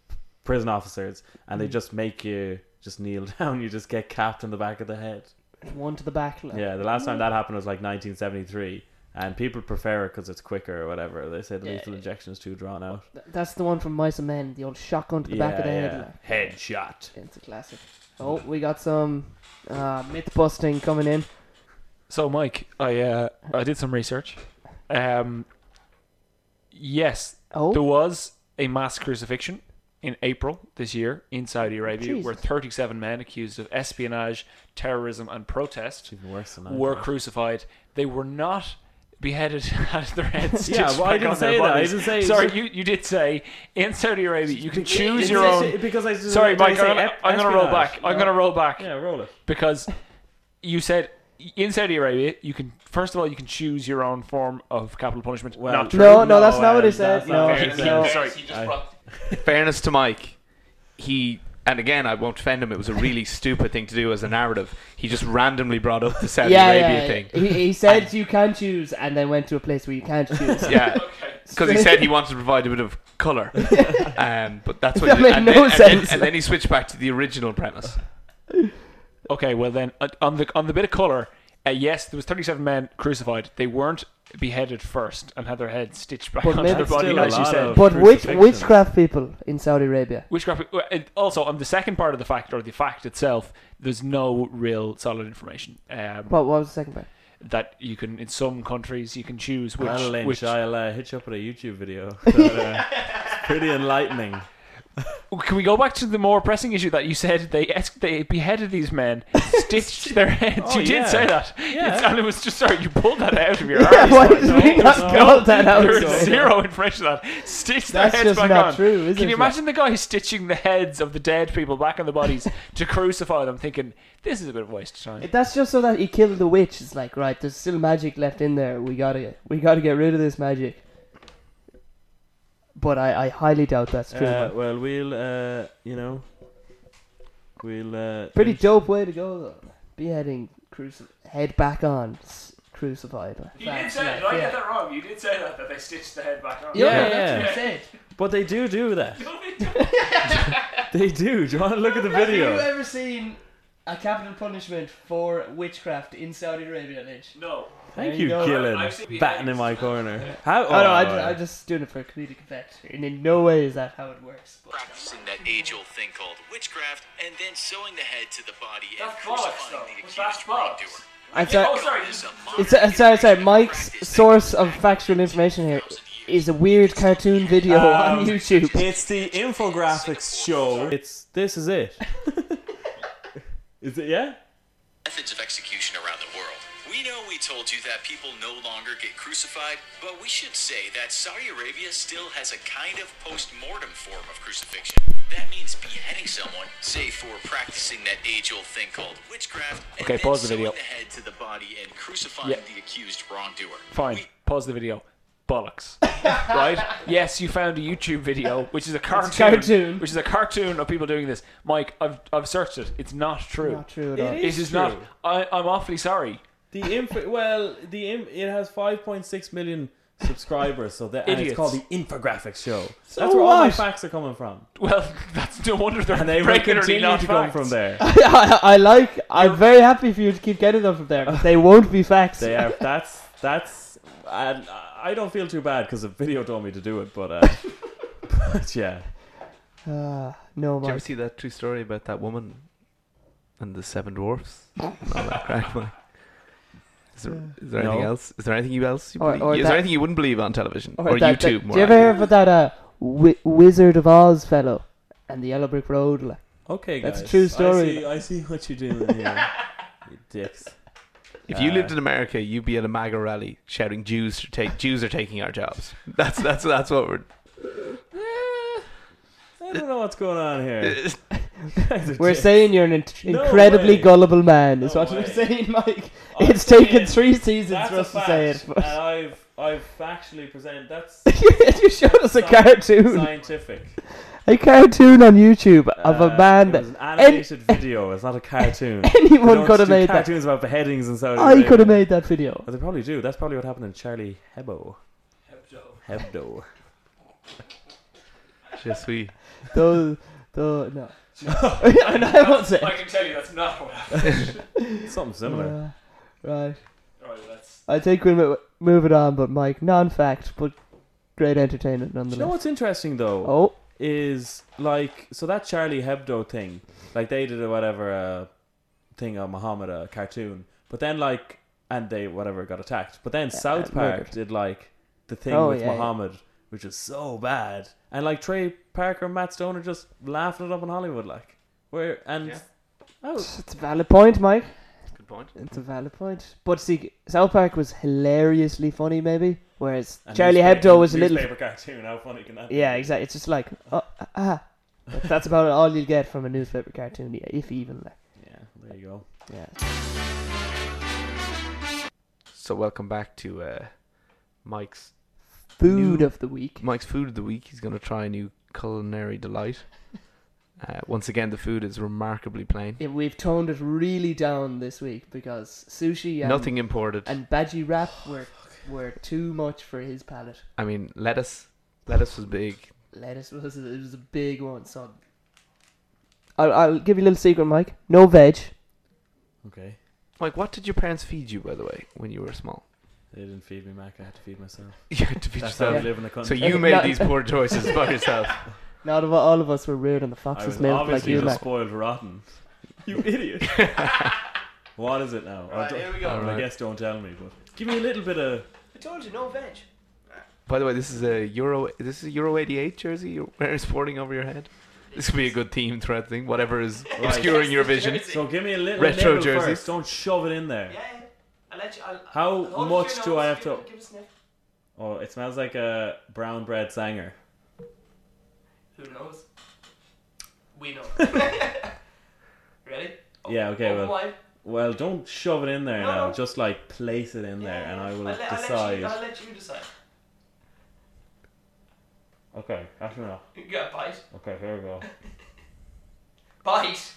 S3: prison officers, and they
S1: Mm.
S3: just make you just kneel down. You just get capped in the back of the head.
S1: one to the back. Like.
S3: Yeah, the last time that happened was like 1973, and people prefer it because it's quicker or whatever. They say the
S1: Yeah.
S3: lethal injection is too drawn out.
S1: Th- That's the one from Mice and Men, the old shotgun to the back of the head. like.
S3: head. Headshot.
S1: It's a classic. Oh, we got some uh, myth busting coming in.
S4: So, Mike, I uh, I did some research. Um, yes,
S1: Oh,
S4: there was a mass crucifixion in April this year in Saudi Arabia, where
S1: Jesus.
S4: 37 men accused of espionage, terrorism, and
S3: It's
S4: protest
S3: even worse than that.
S4: were crucified. They were not beheaded had their heads
S3: Yeah,
S4: stitched
S3: well, I
S4: back
S3: didn't
S4: on their
S3: say that. I
S4: bodies.
S3: didn't say-
S4: Sorry, you, you did say in Saudi Arabia you can choose your own.
S3: Because I
S4: Sorry,
S3: did I
S4: Mike,
S3: say
S4: I'm, gonna-
S3: ep-
S4: I'm going to roll
S3: espionage?
S4: back. I'm going to roll back
S3: Yeah, roll it.
S4: because you said in Saudi Arabia you can first of all you can choose your own form of capital punishment.
S3: Well,
S4: not true.
S1: no, no, that's
S3: No,
S1: not what he
S3: um,
S1: said.
S3: that's not
S1: No,
S3: what
S4: he
S1: no.
S4: said. Sorry.
S2: he
S3: I-
S2: brought- Fairness to Mike, he and again I won't defend him. It was a really stupid thing to do as a narrative. He just randomly brought up the Saudi
S1: yeah,
S2: Arabia
S1: yeah.
S2: thing.
S1: He, he said you can choose, and then went to a place where you can't choose.
S2: Yeah, because he said he wanted to provide a bit of color, um, but that's what.
S1: That
S2: he,
S1: made
S2: and,
S1: no
S2: then, and then-
S1: sense.
S2: and then he switched back to the original premise.
S4: Okay, well then uh, on the on the bit of color, uh, yes, there was 37 men crucified. They weren't beheaded first and had their heads stitched back
S1: But
S4: onto
S1: maybe-
S4: their
S1: That's
S4: body,
S3: still a
S4: as you
S3: lot
S4: said.
S3: of-
S1: But witch,
S3: Crucifixion.
S1: witchcraft people in Saudi Arabia.
S4: Witchcraft. uh, and Also, on the second part of the fact or the fact itself, there's no real solid information um,
S1: What, what was the second part?
S4: that you can in some countries you can choose which
S3: Well, Lynch,
S4: which
S3: I'll uh, hit you up with a YouTube video. But, uh, it's pretty enlightening.
S4: Can we go back to the more pressing issue that you said they es- they beheaded these men, stitched their heads?
S3: Oh,
S4: you did
S3: yeah.
S4: say that,
S3: Yeah.
S4: It's- and it was just sorry you pulled that out of your
S1: Yeah,
S4: arse.
S1: why
S4: Like,
S1: did we
S4: no,
S1: not
S4: no,
S1: call that out?
S4: There
S1: So-
S4: is zero information on that stitched their
S1: That's
S4: heads
S1: just
S4: back
S1: not
S4: on.
S1: true, is it?
S4: Can you imagine the guy stitching the heads of the dead people back on the bodies to crucify them, thinking this is a bit of a waste of time?
S1: That's just so that he killed the witch. It's like, right, there's still magic left in there. We gotta, we gotta get rid of this magic. But I, I highly doubt that's true.
S3: Uh,
S1: man.
S3: well, we'll, uh, you know, we'll. Uh,
S1: Pretty
S3: Lynch-
S1: dope way to go though. Beheading, cruci- head back on, s- crucified. Facts, like, yeah.
S4: that wrong? You did say that that they stitched the head back on.
S1: Yeah,
S3: Yeah,
S1: that's what I
S3: yeah.
S1: said.
S3: But they do do that. They do. Do you want to look at the
S1: Have you
S3: video?
S1: ever seen a capital punishment for witchcraft in Saudi Arabia, Lynch?
S4: No.
S1: There
S3: Thank
S1: you
S3: you,
S1: go.
S4: I've seen
S3: Gillen.
S4: behind
S3: Batting in
S4: you.
S3: my corner. How?
S1: Oh, no, I,
S3: oh,
S1: ju- I'm just doing it for comedic effect, and in no way is that how it works. but-
S5: practicing that age-old thing called witchcraft, and then sewing the head to the body and
S4: That's bollocks,
S5: crucifying the
S4: though.
S5: accused
S4: That's bollocks. Oh,
S5: wrongdoer.
S1: I'm sorry.
S5: It is a
S1: It's,
S5: modern
S1: uh, sorry, sorry.
S5: iteration of
S1: Mike's
S5: practice that
S1: source
S5: goes
S1: of
S5: back
S1: factual information here is a weird cartoon video on
S3: Um,
S1: YouTube.
S3: It's the infographics show. It's this is it. is it yeah?
S5: methods of execution around the world. We know we told you that people no longer get crucified, but we should say that Saudi Arabia still has a kind of post mortem form of crucifixion. That means beheading someone, say for practicing that age old thing called witchcraft, and
S4: Okay,
S5: then
S4: pause the
S5: sewing
S4: video.
S5: the head to the body and crucifying
S4: Yeah.
S5: the accused wrongdoer.
S4: Fine.
S5: We-
S4: Pause the video. Bollocks. right? Yes, you found a YouTube video, which is a cartoon,
S1: cartoon.
S4: which is a cartoon of people doing this. Mike, I've I've searched it. It's not true.
S1: Not true at
S3: It
S1: all.
S4: This is not.
S3: True.
S4: I, I'm awfully sorry.
S3: The inf- well, the im- it has 5.6 million subscribers, so that and it's
S4: Idiots.
S3: called the infographics show.
S1: So
S3: That's where all my
S1: what?
S3: facts are coming from,
S4: Well, that's no wonder they're
S3: and they will
S4: regularly
S3: continue
S4: not
S3: to come
S4: facts.
S3: from there.
S1: I, I like. I'm very happy for you to keep getting them from there. but They won't be facts.
S3: They are. That's that's. And I don't feel too bad because the video told me to do it, but uh, but yeah,
S1: Ah, no,
S2: Did you ever
S1: Mike.
S2: see that true story about that woman and the seven dwarfs? Not that crack, Mike. Is there, is there anything
S3: No.
S2: else? Is there anything you else? You
S1: Or-
S2: believe-
S1: or
S2: is
S1: that-
S2: there anything you wouldn't believe on television or,
S1: that- that-
S2: YouTube?
S1: Do
S2: more
S1: you ever hear
S2: accurately?
S1: about that uh, wi- Wizard of Oz fellow and the Yellow Brick Road? Like,
S3: okay, guys.
S1: That's a true story.
S3: I see, I see what you're doing here, you dicks.
S2: If you
S3: Uh,
S2: lived in America, you'd be at a MAGA rally shouting, "Jews are take Jews are taking our jobs." That's that's that's what we're.
S3: I don't know what's going on here.
S1: We're saying you're an in-
S3: No
S1: incredibly
S3: way.
S1: gullible man, is
S3: No
S1: what we're
S3: way. Oh,
S1: saying, Mike.
S3: I'm
S1: it's taken
S3: saying
S1: three seasons
S3: That's
S1: for
S3: a
S1: us to
S3: fact, Uh,
S1: say it.
S3: and I've I've factually presented. That's
S1: you showed us a
S3: sci-
S1: cartoon,
S3: Scientific.
S1: a cartoon on YouTube of
S3: Uh,
S1: a man
S3: It
S1: that
S3: was an animated video. It's not a cartoon. They
S1: anyone
S3: don't
S1: could have
S3: do
S1: made that.
S3: cartoons about beheadings and so.
S1: I could have made that video.
S3: Well, they probably do. That's probably what happened in Charlie Hebdo. Hebdo. Hebdo.
S2: Just we.
S1: Though, though, no. and I won't say.
S4: I can tell you that's not what happened.
S3: Something similar.
S1: Uh, right.
S4: Right, that's-
S1: I think we'll mo- move it on, but Mike, non-fact, but great entertainment
S3: Do you know
S1: nonetheless.
S3: what's interesting though
S1: Oh,
S3: is like so that Charlie Hebdo thing, like they did a whatever uh, thing on Muhammad a cartoon, but then like and they whatever got attacked, but then South
S1: uh,
S3: Park
S1: murdered.
S3: did like the thing
S1: Oh,
S3: with
S1: yeah, yeah.
S3: Muhammad, which was so bad, and like Trey Parker and Matt Stone are just laughing it up in Hollywood, like where and
S2: Yeah.
S3: oh
S1: it's a valid point, Mike.
S2: Good point.
S1: It's a valid point. But see, South Park was hilariously funny, maybe, whereas
S3: and
S1: Charlie
S3: newspaper-
S1: Hebdo was a little.
S3: newspaper cartoon. How funny can that? be?
S1: Yeah, exactly. It's just like, oh, ah, that's about all you'll get from a newspaper cartoon, yeah, if even. Like,
S3: Yeah, there you go.
S1: yeah.
S2: So welcome back to uh, Mike's
S1: Food
S2: New-
S1: of the week.
S2: Mike's food of the week. He's going to try a new culinary delight. Uh, once again, the food is remarkably plain.
S1: Yeah, we've toned it really down this week because sushi and
S2: Nothing imported.
S1: and Badgie wrap were were too much for his palate.
S2: I mean, lettuce. Lettuce was big.
S1: Lettuce was it was a big one, so I'll I'll give you a little secret, Mike. No veg.
S3: Okay.
S2: Mike, what did your parents feed you, by the way, when you were small?
S3: They didn't feed me mac. I had to feed myself.
S2: You had to feed
S3: That's how we
S2: yourself.
S3: live in the
S2: So
S3: country.
S2: you
S1: No.
S2: made these poor choices by yourself.
S1: Not of all of us were reared on the
S3: I
S1: fox's
S3: was
S1: milk like
S3: obviously
S1: you,
S3: just
S1: Mike.
S3: spoiled rotten. You idiot. what is it now? I don't-
S2: here we go.
S3: I mean, I
S2: Alright.
S3: guess don't tell me, but give me a little bit of.
S1: I told you no veg.
S2: By the way, this is a Euro. This is a Euro '88 jersey you're wearing, sporting over your head. This could be a good theme thread thing. Whatever is obscuring your vision.
S3: So give me a little
S2: Retro
S3: nibble
S2: jerseys.
S3: First. Don't shove it in there.
S1: I'll let you, I'll,
S3: How much do I have to?
S1: Give a sniff.
S3: Oh, it smells like a brown bread sanger.
S1: Who knows? We know. Ready?
S3: Yeah. Okay. Well.
S1: why?
S3: Well. Don't shove it in there
S1: No,
S3: now.
S1: no.
S3: Just like place it in there, and I will decide.
S1: let you decide.
S3: Okay. That's enough.
S1: You got a bite.
S3: Okay. Here we go.
S1: Bite.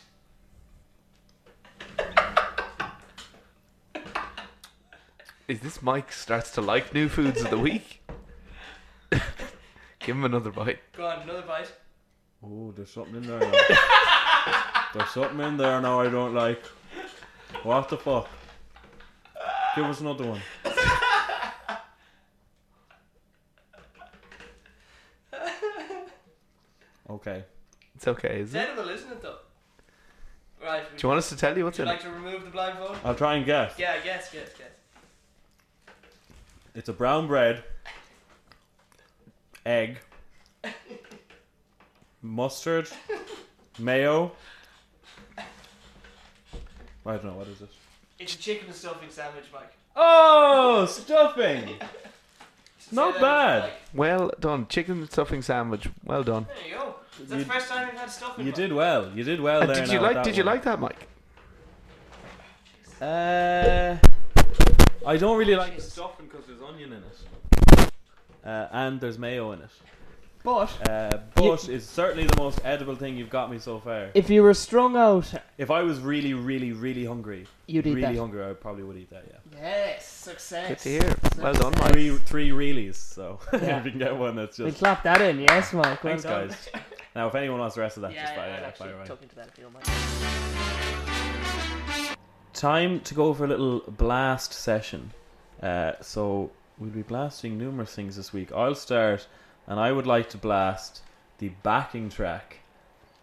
S2: Is this Mike starts to like new foods of the week? Give him another bite.
S1: Go on, another bite.
S3: Oh, there's something in there. Now. there's something in there now I don't like. What the fuck? Give us another one. Okay.
S2: It's okay, is it?
S1: edible, isn't it, though? Right.
S2: Do you want us to tell you what's in it?
S1: to remove the blindfold?
S3: I'll try and guess.
S1: Yeah, yes, yes, yes.
S3: It's a brown bread, egg, mustard, mayo. I don't know, what is it?
S1: It's a chicken and stuffing sandwich, Mike.
S3: Oh, stuffing. Not
S1: Say that,
S3: bad.
S1: like,
S2: Well done. Chicken stuffing sandwich. Well done.
S1: there you go. That's
S3: You-
S1: the first time you've had stuffing.
S3: You
S1: Mike.
S3: did well. You did well
S2: And
S3: there.
S2: Uh, did
S3: now
S2: you
S3: with
S2: like
S3: that
S2: did you
S3: one.
S2: like that, Mike?
S3: Uh, I don't really like the stuffing because there's onion in it, uh, and there's mayo in it.
S1: But
S3: Uh, but it's certainly the most edible thing you've got me so far.
S1: if you were strung out,
S3: If I was really, really, really hungry,
S1: you'd eat
S3: really
S1: that.
S3: hungry, I probably would eat that. Yeah,
S1: Yes, success.
S2: Good to hear. Well done, Mike.
S3: three, three reallys. So
S1: Yeah.
S3: if you can get one, that's
S1: We
S3: just
S1: clap that in, yes, Mike. Well
S3: thanks,
S1: done.
S3: guys. Now, if anyone wants the rest of that,
S1: Yeah,
S3: just fire,
S1: yeah, I'd
S3: yeah,
S1: actually
S3: fire away.
S1: tuck into that if you don't mind.
S3: time to go for a little blast session. Uh, so we'll be blasting numerous things this week. I'll start, and I would like to blast the backing track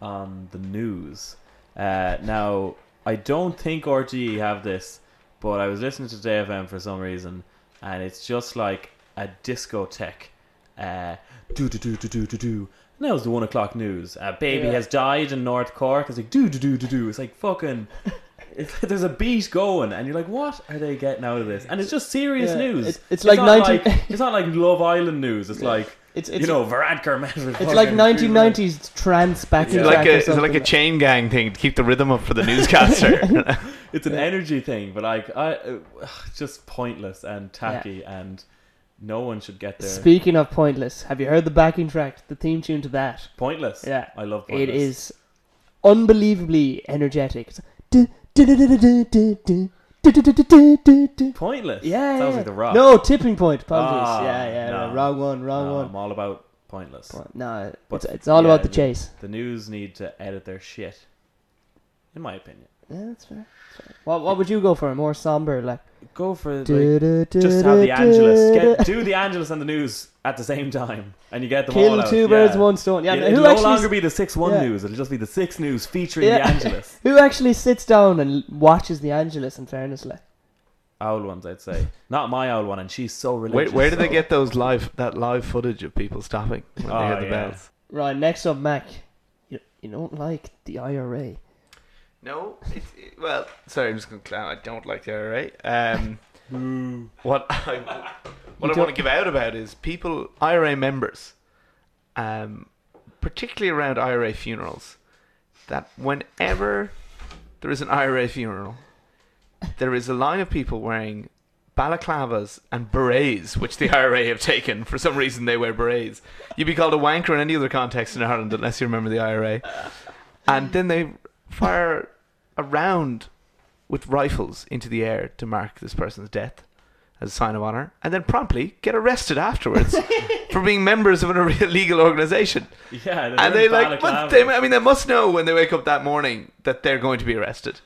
S3: on the news. Uh, now I don't think RTE have this, but I was listening to JFM for some reason, and it's just like a discotheque. Uh, do do do do do do do. Now it's the one o'clock news. A baby
S1: Yeah.
S3: has died in North Cork. It's like do do do do do. It's like fucking. It's, there's a beat going, and you're like, "What are they getting out of this?" And it's just serious
S1: Yeah,
S3: news.
S1: it's- it's like
S3: not
S1: 19
S3: like- it's not like Love Island news. It's like
S1: It's, it's,
S3: you know, Varadkar met. with
S1: it's like
S3: fucking-
S1: 1990s trance back
S2: Is it
S1: in
S2: like
S1: track
S2: a
S1: or
S2: is it like a
S1: something.
S2: chain gang thing to keep the rhythm up for the newscaster?
S3: It's an energy thing, but like I, uh, just pointless and tacky, and no one should get there.
S1: Speaking of pointless, have you heard the backing track? The theme tune to that.
S3: pointless.
S1: Yeah.
S3: I love
S1: It
S3: pointless.
S1: is unbelievably energetic. It's du- du- du- du- du- du- du- du- du- du- du- du- du- du.
S3: pointless.
S1: Yeah,
S3: sounds
S1: yeah.
S3: like the rock.
S1: No, tipping point. Apologies.
S3: Ah,
S1: yeah, yeah,
S3: no.
S1: yeah, wrong one,
S3: No,
S1: wrong
S3: I'm all about pointless.
S1: one. No,
S3: But-
S1: it's, it's all
S3: yeah,
S1: about the
S3: the-
S1: chase.
S3: The news need to edit their shit, in my opinion.
S1: Yeah, that's fair. that's fair. What what would you go for? A more somber, like
S3: Go for like, just
S1: just
S3: have the Angelus. Get, do the Angelus and the news at the same time, and you get them all
S1: kill
S3: out.
S1: two
S3: Yeah.
S1: birds, one stone. Yeah,
S3: It'll-
S1: but
S3: it'll
S1: who
S3: no
S1: actually
S3: longer be the six one
S1: yeah.
S3: news. It'll just be the six news featuring
S1: Yeah.
S3: the Angelus.
S1: who actually sits down and watches the Angelus? In fairness, like
S3: owl ones, I'd say. Not my owl one, and she's so
S2: where,
S3: religious.
S2: where do they get those live that live footage of people stopping when they
S3: Oh,
S2: hear the
S3: yeah.
S2: bells?
S1: right next up, Mac. You, you don't like the IRA.
S2: No, it's, it- well, sorry, I'm just going to clown. I don't like the IRA. Um, what I
S1: You
S2: what I
S1: don't-
S2: want to give out about is people IRA members, um, particularly around IRA funerals, that whenever there is an IRA funeral, there is a line of people wearing balaclavas and berets, which the IRA have taken. For some reason, they wear berets. You'd be called a wanker in any other context in Ireland unless you remember the IRA. And then they fire a round with rifles into the air to mark this person's death as a sign of honor, and then promptly get arrested afterwards for being members of an illegal organization.
S3: Yeah, they're
S2: And they
S3: doing
S2: like,
S3: balaclavas.
S2: but they, I mean, they must know when they wake up that morning that they're going to be arrested.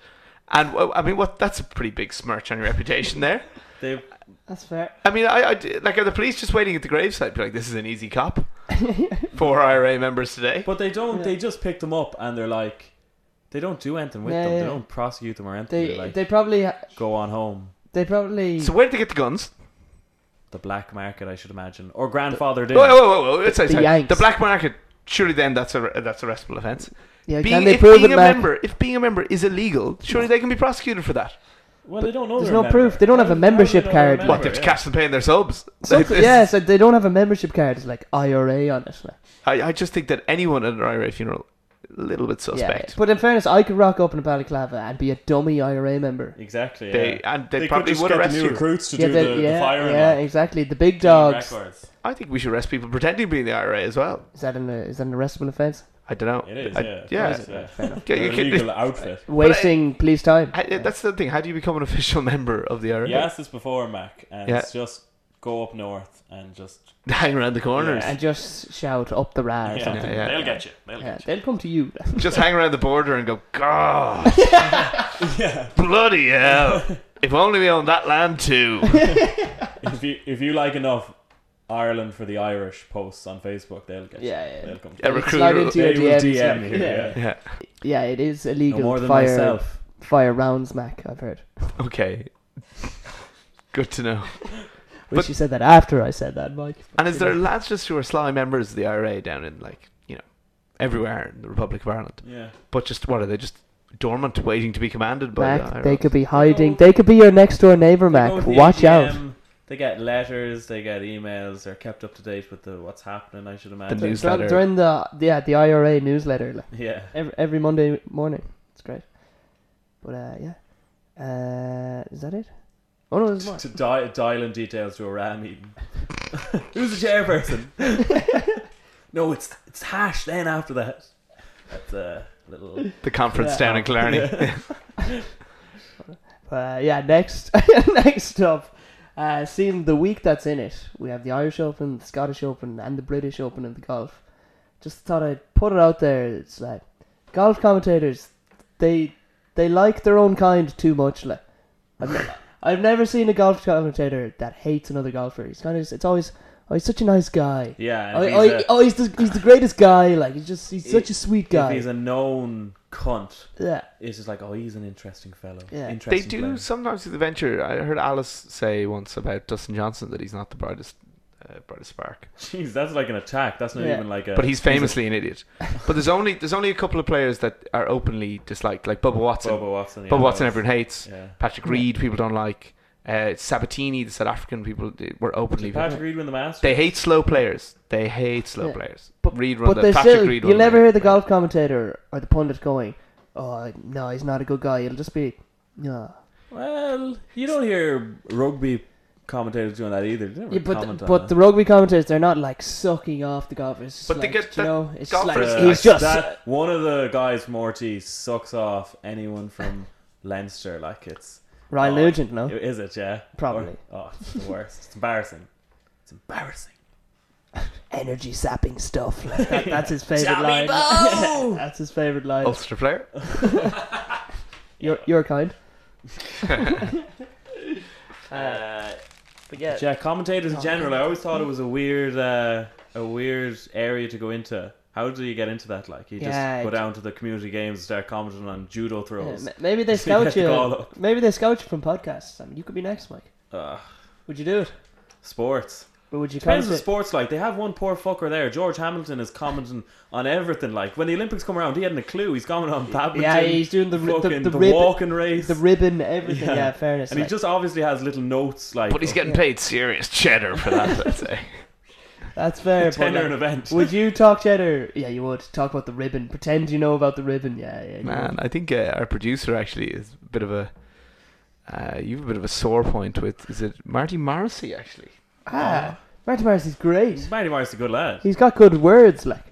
S2: And well, I mean, what? That's a pretty big smirch on your reputation there.
S3: They've-
S1: That's fair.
S2: I mean, I, I d- like are the police just waiting at the gravesite, be like, "This is an easy cop." Four IRA members today.
S3: but they don't.
S1: Yeah.
S3: They just pick them up, and they're like, they don't do anything with
S1: Yeah,
S3: them.
S1: yeah.
S3: They don't prosecute them or anything.
S1: They
S3: They, are like,
S1: they probably
S3: go on home.
S1: they probably
S2: So where did they get the guns?
S3: The black market, I should imagine, or grandfathered in.
S2: Oh, Whoa, whoa, whoa, whoa! Sorry,
S1: The
S2: sorry.
S1: Yanks.
S2: the black market. Surely then that's a that's a arrestable offence.
S1: yeah.
S2: Being,
S1: can they
S2: if
S1: prove
S2: being
S1: it,
S2: a
S1: Mac?
S2: member, if being a member is illegal, surely they can be prosecuted for that.
S3: Well, they don't know.
S1: There's
S3: they're a
S1: no proof.
S3: member.
S1: They don't have
S3: How
S1: a
S3: do they
S1: membership
S3: know they're a
S1: card.
S2: What they
S3: member?
S2: have to
S3: Yeah.
S2: catch them paying their subs. Like
S1: Something,
S2: this-
S1: yeah, so they don't have a membership card. It's like IRA on it. Like,
S2: I, I just think that anyone at an IRA funeral, a little bit
S1: yeah,
S2: suspect.
S1: But in fairness, I could rock up in a balaclava and be a dummy IRA member.
S3: Exactly.
S2: They
S3: yeah.
S2: and they,
S3: could
S2: probably
S3: just
S2: would
S3: get
S2: arrest
S3: the new
S2: you.
S3: recruits to
S1: yeah,
S3: do
S1: the-
S3: the, the
S1: yeah,
S3: firing
S1: yeah,
S3: line.
S1: exactly. The big
S3: Doing
S1: dogs.
S3: records.
S2: I think we should arrest people pretending to be in the IRA as well.
S1: Is that an is that an arrestable offence?
S2: I don't know.
S3: It is.
S2: I-
S3: Yeah.
S2: yeah.
S3: It is, yeah.
S2: Yeah, you
S3: Their
S2: could-
S3: legal outfit.
S1: Wasting police time.
S2: I- yeah, that's the thing. How do you become an official member of the IRA?
S3: You asked this before, Mac, and
S2: Yeah.
S3: it's just go up north and just.
S2: Hang around the corners.
S1: and just shout up the ra or
S3: Yeah.
S1: something.
S2: Yeah,
S4: They'll
S2: yeah.
S4: get you. They'll
S1: Yeah,
S4: get you.
S1: they'll come to you.
S2: Just hang around the border and go, God, bloody hell. If only we owned that land too.
S3: if you if you like enough Ireland for the Irish posts on Facebook, they'll get
S1: Yeah,
S3: you.
S1: yeah.
S3: They'll come.
S2: A
S1: Slide
S2: recruiter.
S1: into your
S3: They will
S1: DMs.
S3: DM
S1: like,
S3: you, yeah.
S1: yeah.
S2: Yeah.
S1: Yeah, it is
S3: No
S1: illegal.
S3: more
S1: to
S3: than
S1: fire,
S3: myself.
S1: Fire rounds, Mac. I've heard.
S2: Okay. Good to know.
S1: Wish
S2: But-
S1: you said that after I said that, Mike.
S2: And is there lads who are sly members of the IRA down in like you know everywhere in the Republic of Ireland?
S3: Yeah.
S2: But just what are they? Just dormant, waiting to be commanded by the
S1: Mac,
S2: higher
S1: they
S2: ups.
S1: could be hiding. They could be your next door neighbor,
S3: They
S1: Mac.
S3: go to the
S1: Watch out.
S3: AGM, They get letters, they get emails, they're kept up to date with the what's happening, I should imagine.
S2: news-
S1: They're,
S2: Newsletter.
S1: they're in the yeah the IRA newsletter like,
S3: Yeah.
S1: every, every Monday morning. It's great. But uh, yeah, uh, is that it? Oh no, there's more.
S3: To di- dial in details to a RAM meeting. Who's the chairperson? no, it's it's hash then after that. That's a little.
S2: The conference
S1: Yeah.
S2: down in Killarney.
S1: Uh, yeah, next next up, uh, seeing the week that's in it, we have the Irish Open, the Scottish Open, and the British Open in the golf. Just thought I'd put it out there. It's like golf commentators, they they like their own kind too much. Like, I've, ne- I've never seen a golf commentator that hates another golfer. He's kind of it's always oh he's such a nice guy.
S3: Yeah. and
S1: Oh,
S3: if
S1: oh,
S3: he's
S1: he-
S3: a-
S1: oh, he's the he's the greatest guy. Like he's just he's such a sweet
S3: If he's
S1: guy.
S3: a known cunt,
S1: Yeah,
S3: it's just like, oh, he's an interesting fellow.
S1: Yeah. They
S2: They
S3: Interesting
S2: do
S3: player.
S2: sometimes do the venture. I heard Alice say once about Dustin Johnson that he's not the brightest, uh, brightest spark,
S3: Jeez, that's like an attack. That's not
S1: Yeah.
S3: even like a.
S2: but he's famously an idiot. But there's only there's only a couple of players that are openly disliked, like Bubba Watson. Bubba,
S3: Bubba Watson. yeah,
S2: Watson,
S3: that was-
S2: everyone hates.
S3: Yeah.
S2: Patrick Reed, people don't like. Uh, Sabatini, the South African people they were openly.
S3: Did Patrick Reed win the Masters?
S2: They hate slow players. They hate slow
S1: Yeah.
S2: players.
S1: But-
S2: Reed run
S1: but
S2: the
S1: they
S2: Patrick
S1: still
S2: Reed.
S1: you'll
S2: run
S1: never
S2: the-
S1: hear the golf commentator or the pundit going, "Oh no, he's not a good guy." It'll just be, "No."
S3: Well, you don't hear rugby commentators doing that either. They never
S1: Yeah, but
S3: comment
S1: the,
S3: on
S1: but
S3: that.
S1: the rugby commentators they're not like sucking off the golfers. It's just
S2: But they
S1: like,
S2: get
S1: you
S2: that-
S1: know, it's just like
S2: golfers-
S3: Uh,
S1: he's just
S3: that- one of the guys, Morty, sucks off anyone from Leinster. Like it's
S1: Ryan
S3: Oh,
S1: Nugent, no?
S3: is it, yeah,
S1: Probably.
S3: Or- oh, it's the worst. It's embarrassing. It's embarrassing.
S1: Energy sapping stuff. Like, that, that's his favorite line. that's his favorite line.
S2: Ulster player.
S1: You're you're kind. but yeah,
S3: Yeah, commentators
S1: Oh,
S3: in general. I always thought it was a weird, uh, a weird area to go into. How do you get into that? Like, you
S1: Yeah,
S3: just go
S1: it-
S3: down to the community games and start commenting on judo
S1: yeah,
S3: throws.
S1: ma- maybe they
S3: Just get
S1: scout
S3: the call
S1: you.
S3: up.
S1: Maybe they scout you from podcasts. I mean, you could be next, Mike.
S3: Ugh,
S1: Would you do it?
S3: sports.
S1: Or would you
S3: Depends what
S1: commentate?
S3: sports like. They have one poor fucker there. George Hamilton is commenting on everything. Like when the Olympics come around, he hadn't a clue. He's commenting on badminton.
S1: Yeah, he's doing the the,
S3: fucking
S1: the,
S3: the,
S1: rib-
S3: walking race.
S1: the ribbon, everything.
S3: Yeah.
S1: Yeah, fairness.
S3: and he
S1: like-
S3: just obviously has little notes like.
S2: But he's getting paid serious cheddar for that, let's say.
S1: that's fair. but
S3: tenor
S1: like,
S3: an event.
S1: would you talk cheddar? Yeah, you would talk about the ribbon. Pretend you know about the ribbon. Yeah, yeah. you
S2: Man,
S1: would.
S2: I think uh, our producer actually is a bit of a. Uh, you have a bit of a sore point with is it Marty Morrissey actually?
S1: ah, Martin Morris is great.
S3: Marty Morris is a good lad.
S1: He's got good words. Like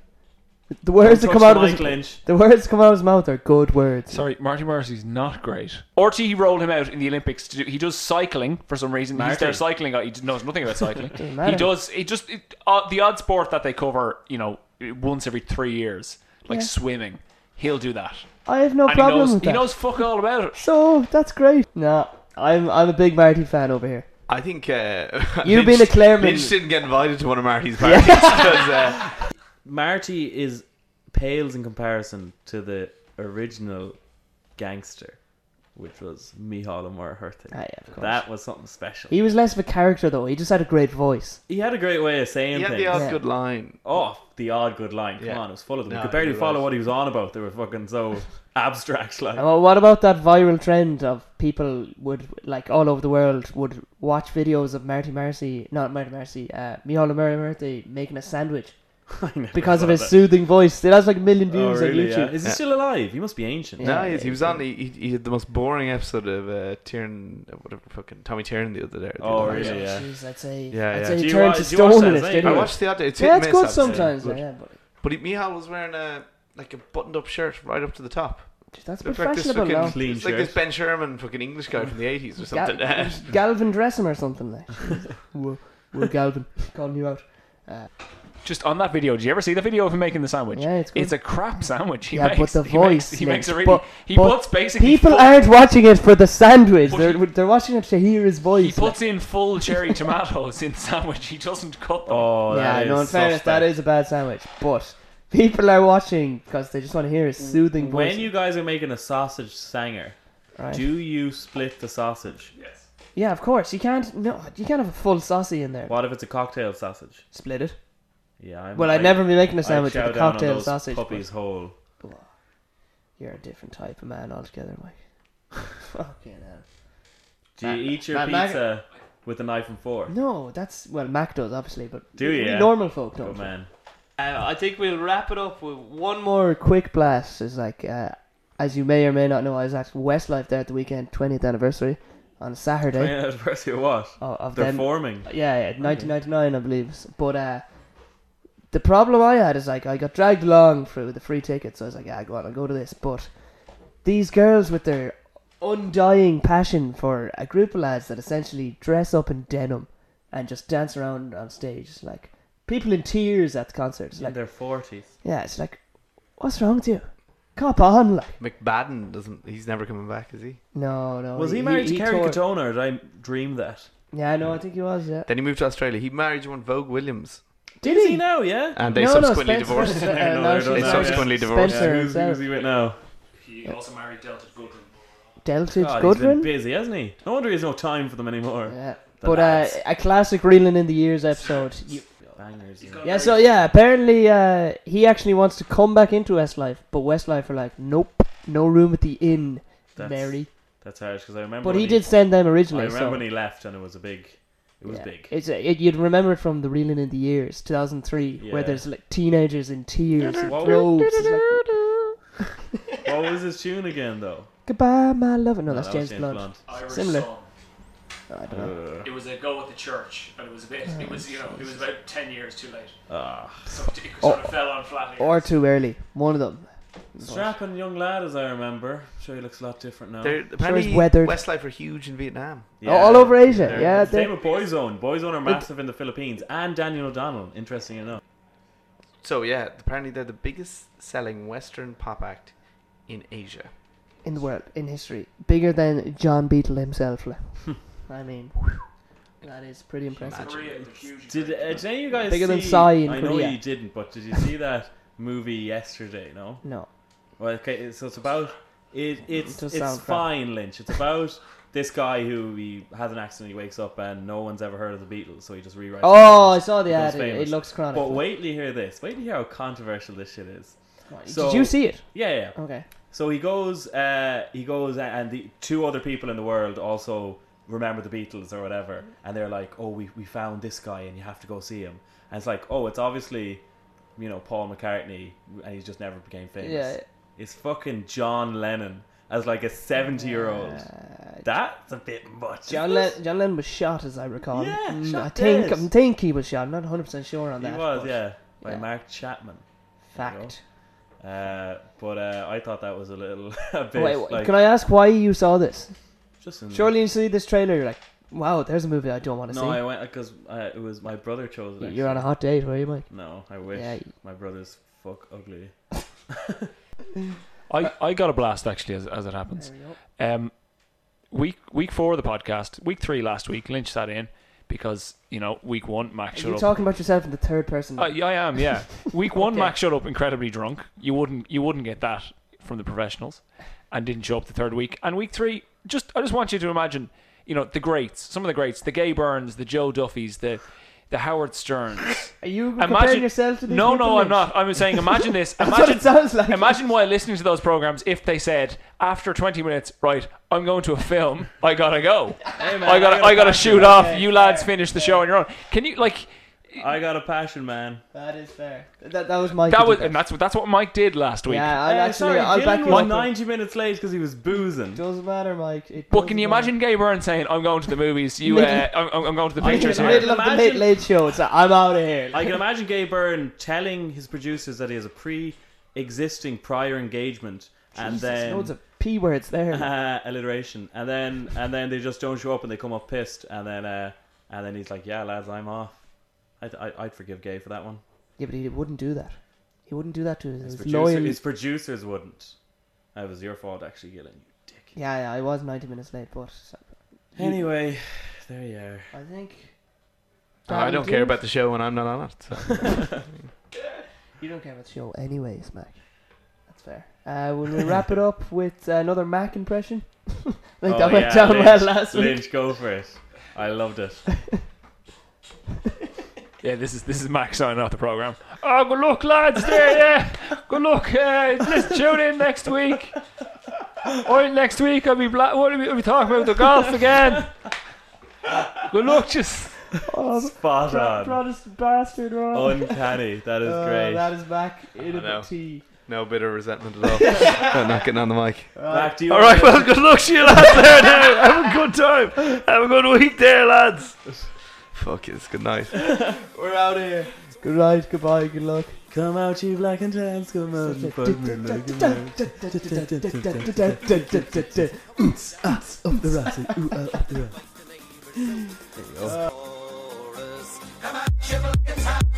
S1: the words that
S3: Don't
S1: come out
S3: touch
S1: of his
S3: Mike Lynch.
S1: the words that come out of his mouth are good words.
S4: Sorry, Marty Morrissey's not great. Orty rolled him out in the Olympics to do. He does cycling for some reason. He's
S3: Marty.
S4: their cycling guy. He knows nothing about cycling.
S1: Doesn't matter.
S4: he does. He just it, uh, the odd sport that they cover. You know, once every three years, like
S1: Yeah.
S4: swimming. He'll do that.
S1: I have no
S4: and
S1: problem
S4: he knows
S1: with that.
S4: he knows fuck all about it.
S1: So that's great. No, I'm I'm a big Marty fan over here.
S2: I think uh,
S1: You've been a Clareman.
S2: Lynch didn't get invited to one of Marty's parties because uh,
S3: Marty is pales in comparison to the original gangster, which was Mihal O'Mahony.
S1: Ah, yeah, of course.
S3: that was something special. He,
S1: He was less of a character though. He just had a great voice.
S3: had a great way of saying
S2: he had
S3: things.
S2: the odd
S1: Yeah.
S2: good line.
S3: Oh, the odd good line. Come
S2: Yeah.
S3: on, it was full of them.
S2: No,
S3: you could barely
S2: you're
S3: follow
S2: right.
S3: what he was on about. They were fucking so abstract. Like,
S1: And what about that viral trend of people would like all over the world would watch videos of Marty Marcy, not Marty Marcy, uh, Mihal Marty making a sandwich
S3: I never
S1: Oh, because of
S3: thought
S1: his
S3: that.
S1: soothing voice. It has like a million
S3: Oh,
S1: views
S3: really,
S1: on
S3: yeah.
S1: YouTube.
S3: Is he
S2: Yeah.
S3: still alive? He must be ancient.
S1: Yeah.
S2: No, he, is. he was on. He, he- he had the most boring episode of uh, Tiernan, whatever fucking Tommy Tiernan the other day. the
S3: Oh,
S2: other
S3: really?
S2: night.
S3: Yeah, yeah.
S1: Jeez, I'd say,
S2: Yeah,
S1: I'd
S2: yeah.
S1: say
S3: Do
S1: he
S3: you
S1: turned
S3: watch-
S1: to
S3: do you watch
S1: stone in
S3: that,
S1: it,
S3: Zayn?
S1: didn't
S2: I
S1: he?
S3: Yeah.
S2: watched the other. It's hit
S1: Yeah,
S2: and
S1: it's
S2: miss,
S1: good
S2: I'd say.
S1: sometimes.
S2: Good.
S1: Yeah, but
S2: But he, Mihal was wearing a like a buttoned-up shirt right up to the top.
S1: Jeez, that's a bit
S2: Looked like this
S1: fashionable
S2: fucking,
S1: now.
S3: Clean
S2: it's like this
S3: shirt.
S2: Ben Sherman fucking English guy from the eighties or
S1: Gal-
S2: something. Yeah.
S1: Galvin Dressum or something like. Whoa, whoa, Galvin, calling you out.
S4: Just on that video, did you ever see the video of him making the sandwich?
S1: Yeah, it's good.
S4: a crap sandwich. He
S1: Yeah,
S4: makes,
S1: but the
S4: he
S1: voice,
S4: Makes, he makes a
S1: Nick.
S4: really.
S1: But-
S4: he
S1: but
S4: puts basically.
S1: People
S4: full-
S1: aren't watching it for the sandwich.
S4: But
S1: They're
S4: he-
S1: they're watching it to hear his voice.
S4: He puts in full cherry tomatoes in the sandwich. He doesn't cut them.
S3: Oh,
S1: yeah,
S3: that
S1: no, in
S3: is
S1: fairness,
S3: suspect.
S1: that is a bad sandwich. But people are watching because they just want to hear his soothing voice.
S3: When you guys are making a sausage sanger,
S1: Right.
S3: do you split the sausage?
S4: Yes.
S1: yeah, of course. You can't. No, you can't have a full saucy in there.
S3: What if it's a cocktail sausage?
S1: Split it.
S3: Yeah, I'm
S1: well, I'd
S3: I-
S1: never be making a
S3: I'd
S1: sandwich
S3: chow
S1: with a
S3: down on
S1: cocktail
S3: those
S1: sausage. but
S3: Puppies whole.
S1: You're You're a different type of man altogether, Mike. Fucking hell.
S3: Do you
S1: Ma-
S3: eat your
S1: ma- ma-
S3: pizza with a knife and fork?
S1: No, that's well, Mac does obviously, but
S3: Do
S1: we
S3: ya?
S1: normal folk
S3: Good
S1: don't. we?
S3: man.
S1: Uh, I think we'll wrap it up with one more quick blast. Is like, uh, as you may or may not know, I was at Westlife there at the weekend, 20th anniversary, on a Saturday.
S3: Yeah, adversity of what?
S1: Oh, of
S3: They're
S1: them.
S3: forming.
S1: yeah, yeah, 1999, I believe. But uh, the problem I had is like I got dragged along for the free tickets. So I was like, yeah, go on, I'll go to this. But these girls with their undying passion for a group of lads that essentially dress up in denim and just dance around on stage, like people in tears at the concerts.
S3: In
S1: Like,
S3: their forties.
S1: yeah, it's like, what's wrong with you? Cop on, like.
S2: McBadden doesn't. He's never coming back, is he?
S1: No, no.
S3: Was he married to Kerry
S1: toured-
S3: Katona or did I dream that?
S1: Yeah, no, I think he was. Yeah.
S2: Then he moved to Australia. He married one Vogue Williams,
S1: Did
S3: Is he now, yeah?
S2: and they
S1: No, no,
S2: subsequently
S1: Spencer-
S2: divorced.
S1: uh,
S3: No,
S1: no,
S3: they're
S1: she's
S3: done
S2: they
S1: married
S3: now,
S1: to
S2: subsequently divorced.
S1: Spencer
S3: Yeah, who's,
S1: himself.
S3: who's he with now?
S4: He also married Delta Goodwin.
S1: Deltage
S3: God, he's been
S1: Goodwin.
S3: busy, hasn't he? No wonder he has no time for them anymore.
S1: Yeah.
S3: The
S1: But uh,
S3: lads.
S1: a classic reeling in the years episode. You-
S3: Bangers. yeah.
S1: yeah, so yeah, apparently uh, he actually wants to come back into Westlife, but Westlife are like, nope, no room at the inn,
S3: That's-
S1: Mary.
S3: That's harsh because I remember.
S1: But
S3: when
S1: he did send them
S3: I
S1: originally.
S3: remember
S1: so.
S3: when he left, and it was a big. It was
S1: Yeah.
S3: big.
S1: It's a, it, you'd remember it from the reeling in the years, 2003, where
S3: Yeah.
S1: there's like teenagers in tears and
S3: What-
S1: robes. It's like,
S3: what was his tune again, though?
S1: Goodbye, my lover. No,
S3: No,
S1: that's
S3: that was
S1: James, Blunt.
S4: Irish
S1: Similar.
S4: song.
S1: I don't know.
S3: Blunt.
S4: It was a go at the church, and it was a bit. It was you know, it was about ten years too late.
S3: Ugh. Ah.
S4: So it sort of fell on flat.
S1: Or too early. One of them.
S3: Strapping young lad, as I remember. sure, he looks a lot different now.
S2: They're, apparently,
S1: weathered.
S2: Westlife are huge in Vietnam.
S3: Yeah.
S1: Oh, all over Asia.
S3: They're-
S1: yeah,
S3: Same
S1: they
S3: with Boyzone. Boyzone are massive in the Philippines, and Daniel O'Donnell. Interesting enough.
S2: So yeah, apparently they're the biggest selling Western pop act in Asia.
S1: in the world, in history, bigger than John Beatle himself. like.
S3: Hmm.
S1: I mean, that is pretty impressive.
S4: Korea, the huge.
S3: Did, uh, did any of you guys
S1: Bigger than
S3: see-
S1: Psy in
S3: I know
S1: Korea.
S3: you didn't, but did you see that movie yesterday? No.
S1: No.
S3: Well, okay, so it's about it. It's
S1: does
S3: it's
S1: sound Mm, crap.
S3: fine, Lynch. It's about this guy who he has an accident. He wakes up and no one's ever heard of the Beatles, so he just rewrites.
S1: Oh, I
S3: the songs,
S1: saw the ad.
S3: becomes
S1: It,
S3: famous.
S1: it looks chronic.
S3: But wait till you hear this. Wait till you hear how controversial this shit is. so-
S1: Did you see it?
S3: Yeah, yeah.
S1: Okay.
S3: So he goes, uh, he goes, a- and the two other people in the world also remember the Beatles or
S1: Mm-hmm.
S3: whatever, and they're like, "Oh, we, we found this guy, and you have to go see him." And it's like, "Oh, it's obviously, you know, Paul McCartney, and he just never became famous."
S1: Yeah.
S3: It's fucking John Lennon as like a seventy-year-old.
S1: Uh,
S3: That's a bit much.
S1: John,
S3: isn't it?
S1: Len- John Lennon was shot, as I recall.
S3: Yeah,
S1: Mm,
S3: shot
S1: I think
S3: dead.
S1: I think he was shot. I'm not 100 percent sure on that.
S3: He was,
S1: but
S3: yeah, by
S1: yeah.
S3: Mark Chapman.
S1: Fact.
S3: Uh, but uh, I thought that was a little a bit.
S1: Wait, wait,
S3: like,
S1: can I ask why you saw this?
S3: Just in-
S1: Surely you see this trailer, you're like, wow, there's a movie I don't want to
S3: No, I went because uh, it was my brother chose it.
S1: see. You're on a hot date, were you, Mike?
S3: No, I wish.
S1: Yeah.
S3: My brother's fuck ugly.
S4: I, I got a blast actually as, as it happens. Um, week week four of the podcast, week three last week, Lynch sat in because you know week one Mac
S1: You're
S4: showed up.
S1: talking about yourself in the third person.
S4: Uh, yeah, I am. Yeah, week one
S1: Okay.
S4: Mac showed up incredibly drunk. You wouldn't you wouldn't get that from the professionals, and didn't show up the third week. And week three, just I just want you to imagine, you know, the greats, some of the greats, the Gay Burns, the Joe Duffys, the the Howard Stearns.
S1: Are you
S4: Imagine
S1: comparing yourself to these
S4: no,
S1: people,
S4: no, I'm
S1: Lynch?
S4: not. I'm saying imagine this.
S1: what
S4: imagine
S1: it sounds like.
S4: Imagine while listening to those programs, if they said after 20 minutes, right, I'm going to a film. I gotta go. I gotta, I gotta shoot off. you lads finish the show on your own. Can you like?
S3: I got a passion, man.
S1: That is fair. That, that was my.
S4: That was, and that's what that's what Mike did last week.
S1: Yeah, I'll
S3: Uh,
S1: actually.
S3: sorry,
S1: I'll
S3: Gillian
S1: back you
S3: was
S1: up.
S3: 90 minutes late because he was boozing.
S1: Doesn't matter, Mike. It
S4: But
S1: doesn't
S4: can you
S1: matter.
S4: imagine Gay Byrne saying, "I'm going to the movies. You, uh, I'm, I'm- I'm going to the
S1: In
S4: pictures
S1: the
S3: Imagine-
S4: here."
S1: middle of the
S3: Imagine-
S1: late late show, it's like, I'm out of here.
S3: I can imagine Gay Byrne telling his producers that he has a pre-existing prior engagement, and
S1: Jesus,
S3: then
S1: loads of p words there.
S3: uh, alliteration, and then and then they just don't show up and they come up pissed, and then uh, and then he's like, "Yeah, lads, I'm off." I'd, I'd, I'd forgive Gay for that one.
S1: yeah, but he wouldn't do that. He wouldn't do that to his,
S3: His,
S1: his
S3: producer-
S1: loyal.
S3: his producers wouldn't. That was your fault, actually, Gillian. You dick.
S1: Yeah, yeah, I was 90 minutes late, but
S3: Anyway, there you are.
S1: I think.
S2: I don't care about the show when I'm not on it. so.
S1: You don't care about the show, anyways, Mac. That's fair. Uh, will we wrap it up with another Mac impression? I think that
S3: Oh,
S1: went
S3: yeah,
S1: down
S3: Lynch,
S1: well last week.
S3: Lynch, go for it. I loved it.
S4: Yeah, this is this is Mac signing off the program. Oh, good luck, lads. There, yeah. Good luck. Uh, let's tune in next week. Or next week, I'll be, bla- what are we, I'll be talking about the golf again. Good luck, just.
S1: Oh,
S3: Spot
S1: the
S3: on.
S1: Protestant bastard,
S3: Oh,
S1: Ron.
S3: Uncanny. That is
S1: Oh,
S3: great.
S1: That is back in
S2: I know.
S1: a tea.
S2: No bitter resentment at all. I'm not getting on the mic.
S3: Back to you.
S2: All right, well, good luck to you lads there now. Have a good time. Have a good week there, lads. Fuck it's good night.
S1: We're out of here. Good night, goodbye, good luck.
S3: Come out, you black and trans. Come out and fuck me like a man.
S1: Oots, outs, up the rats, ooh, ah, up the rats.
S5: Come on, ship a time.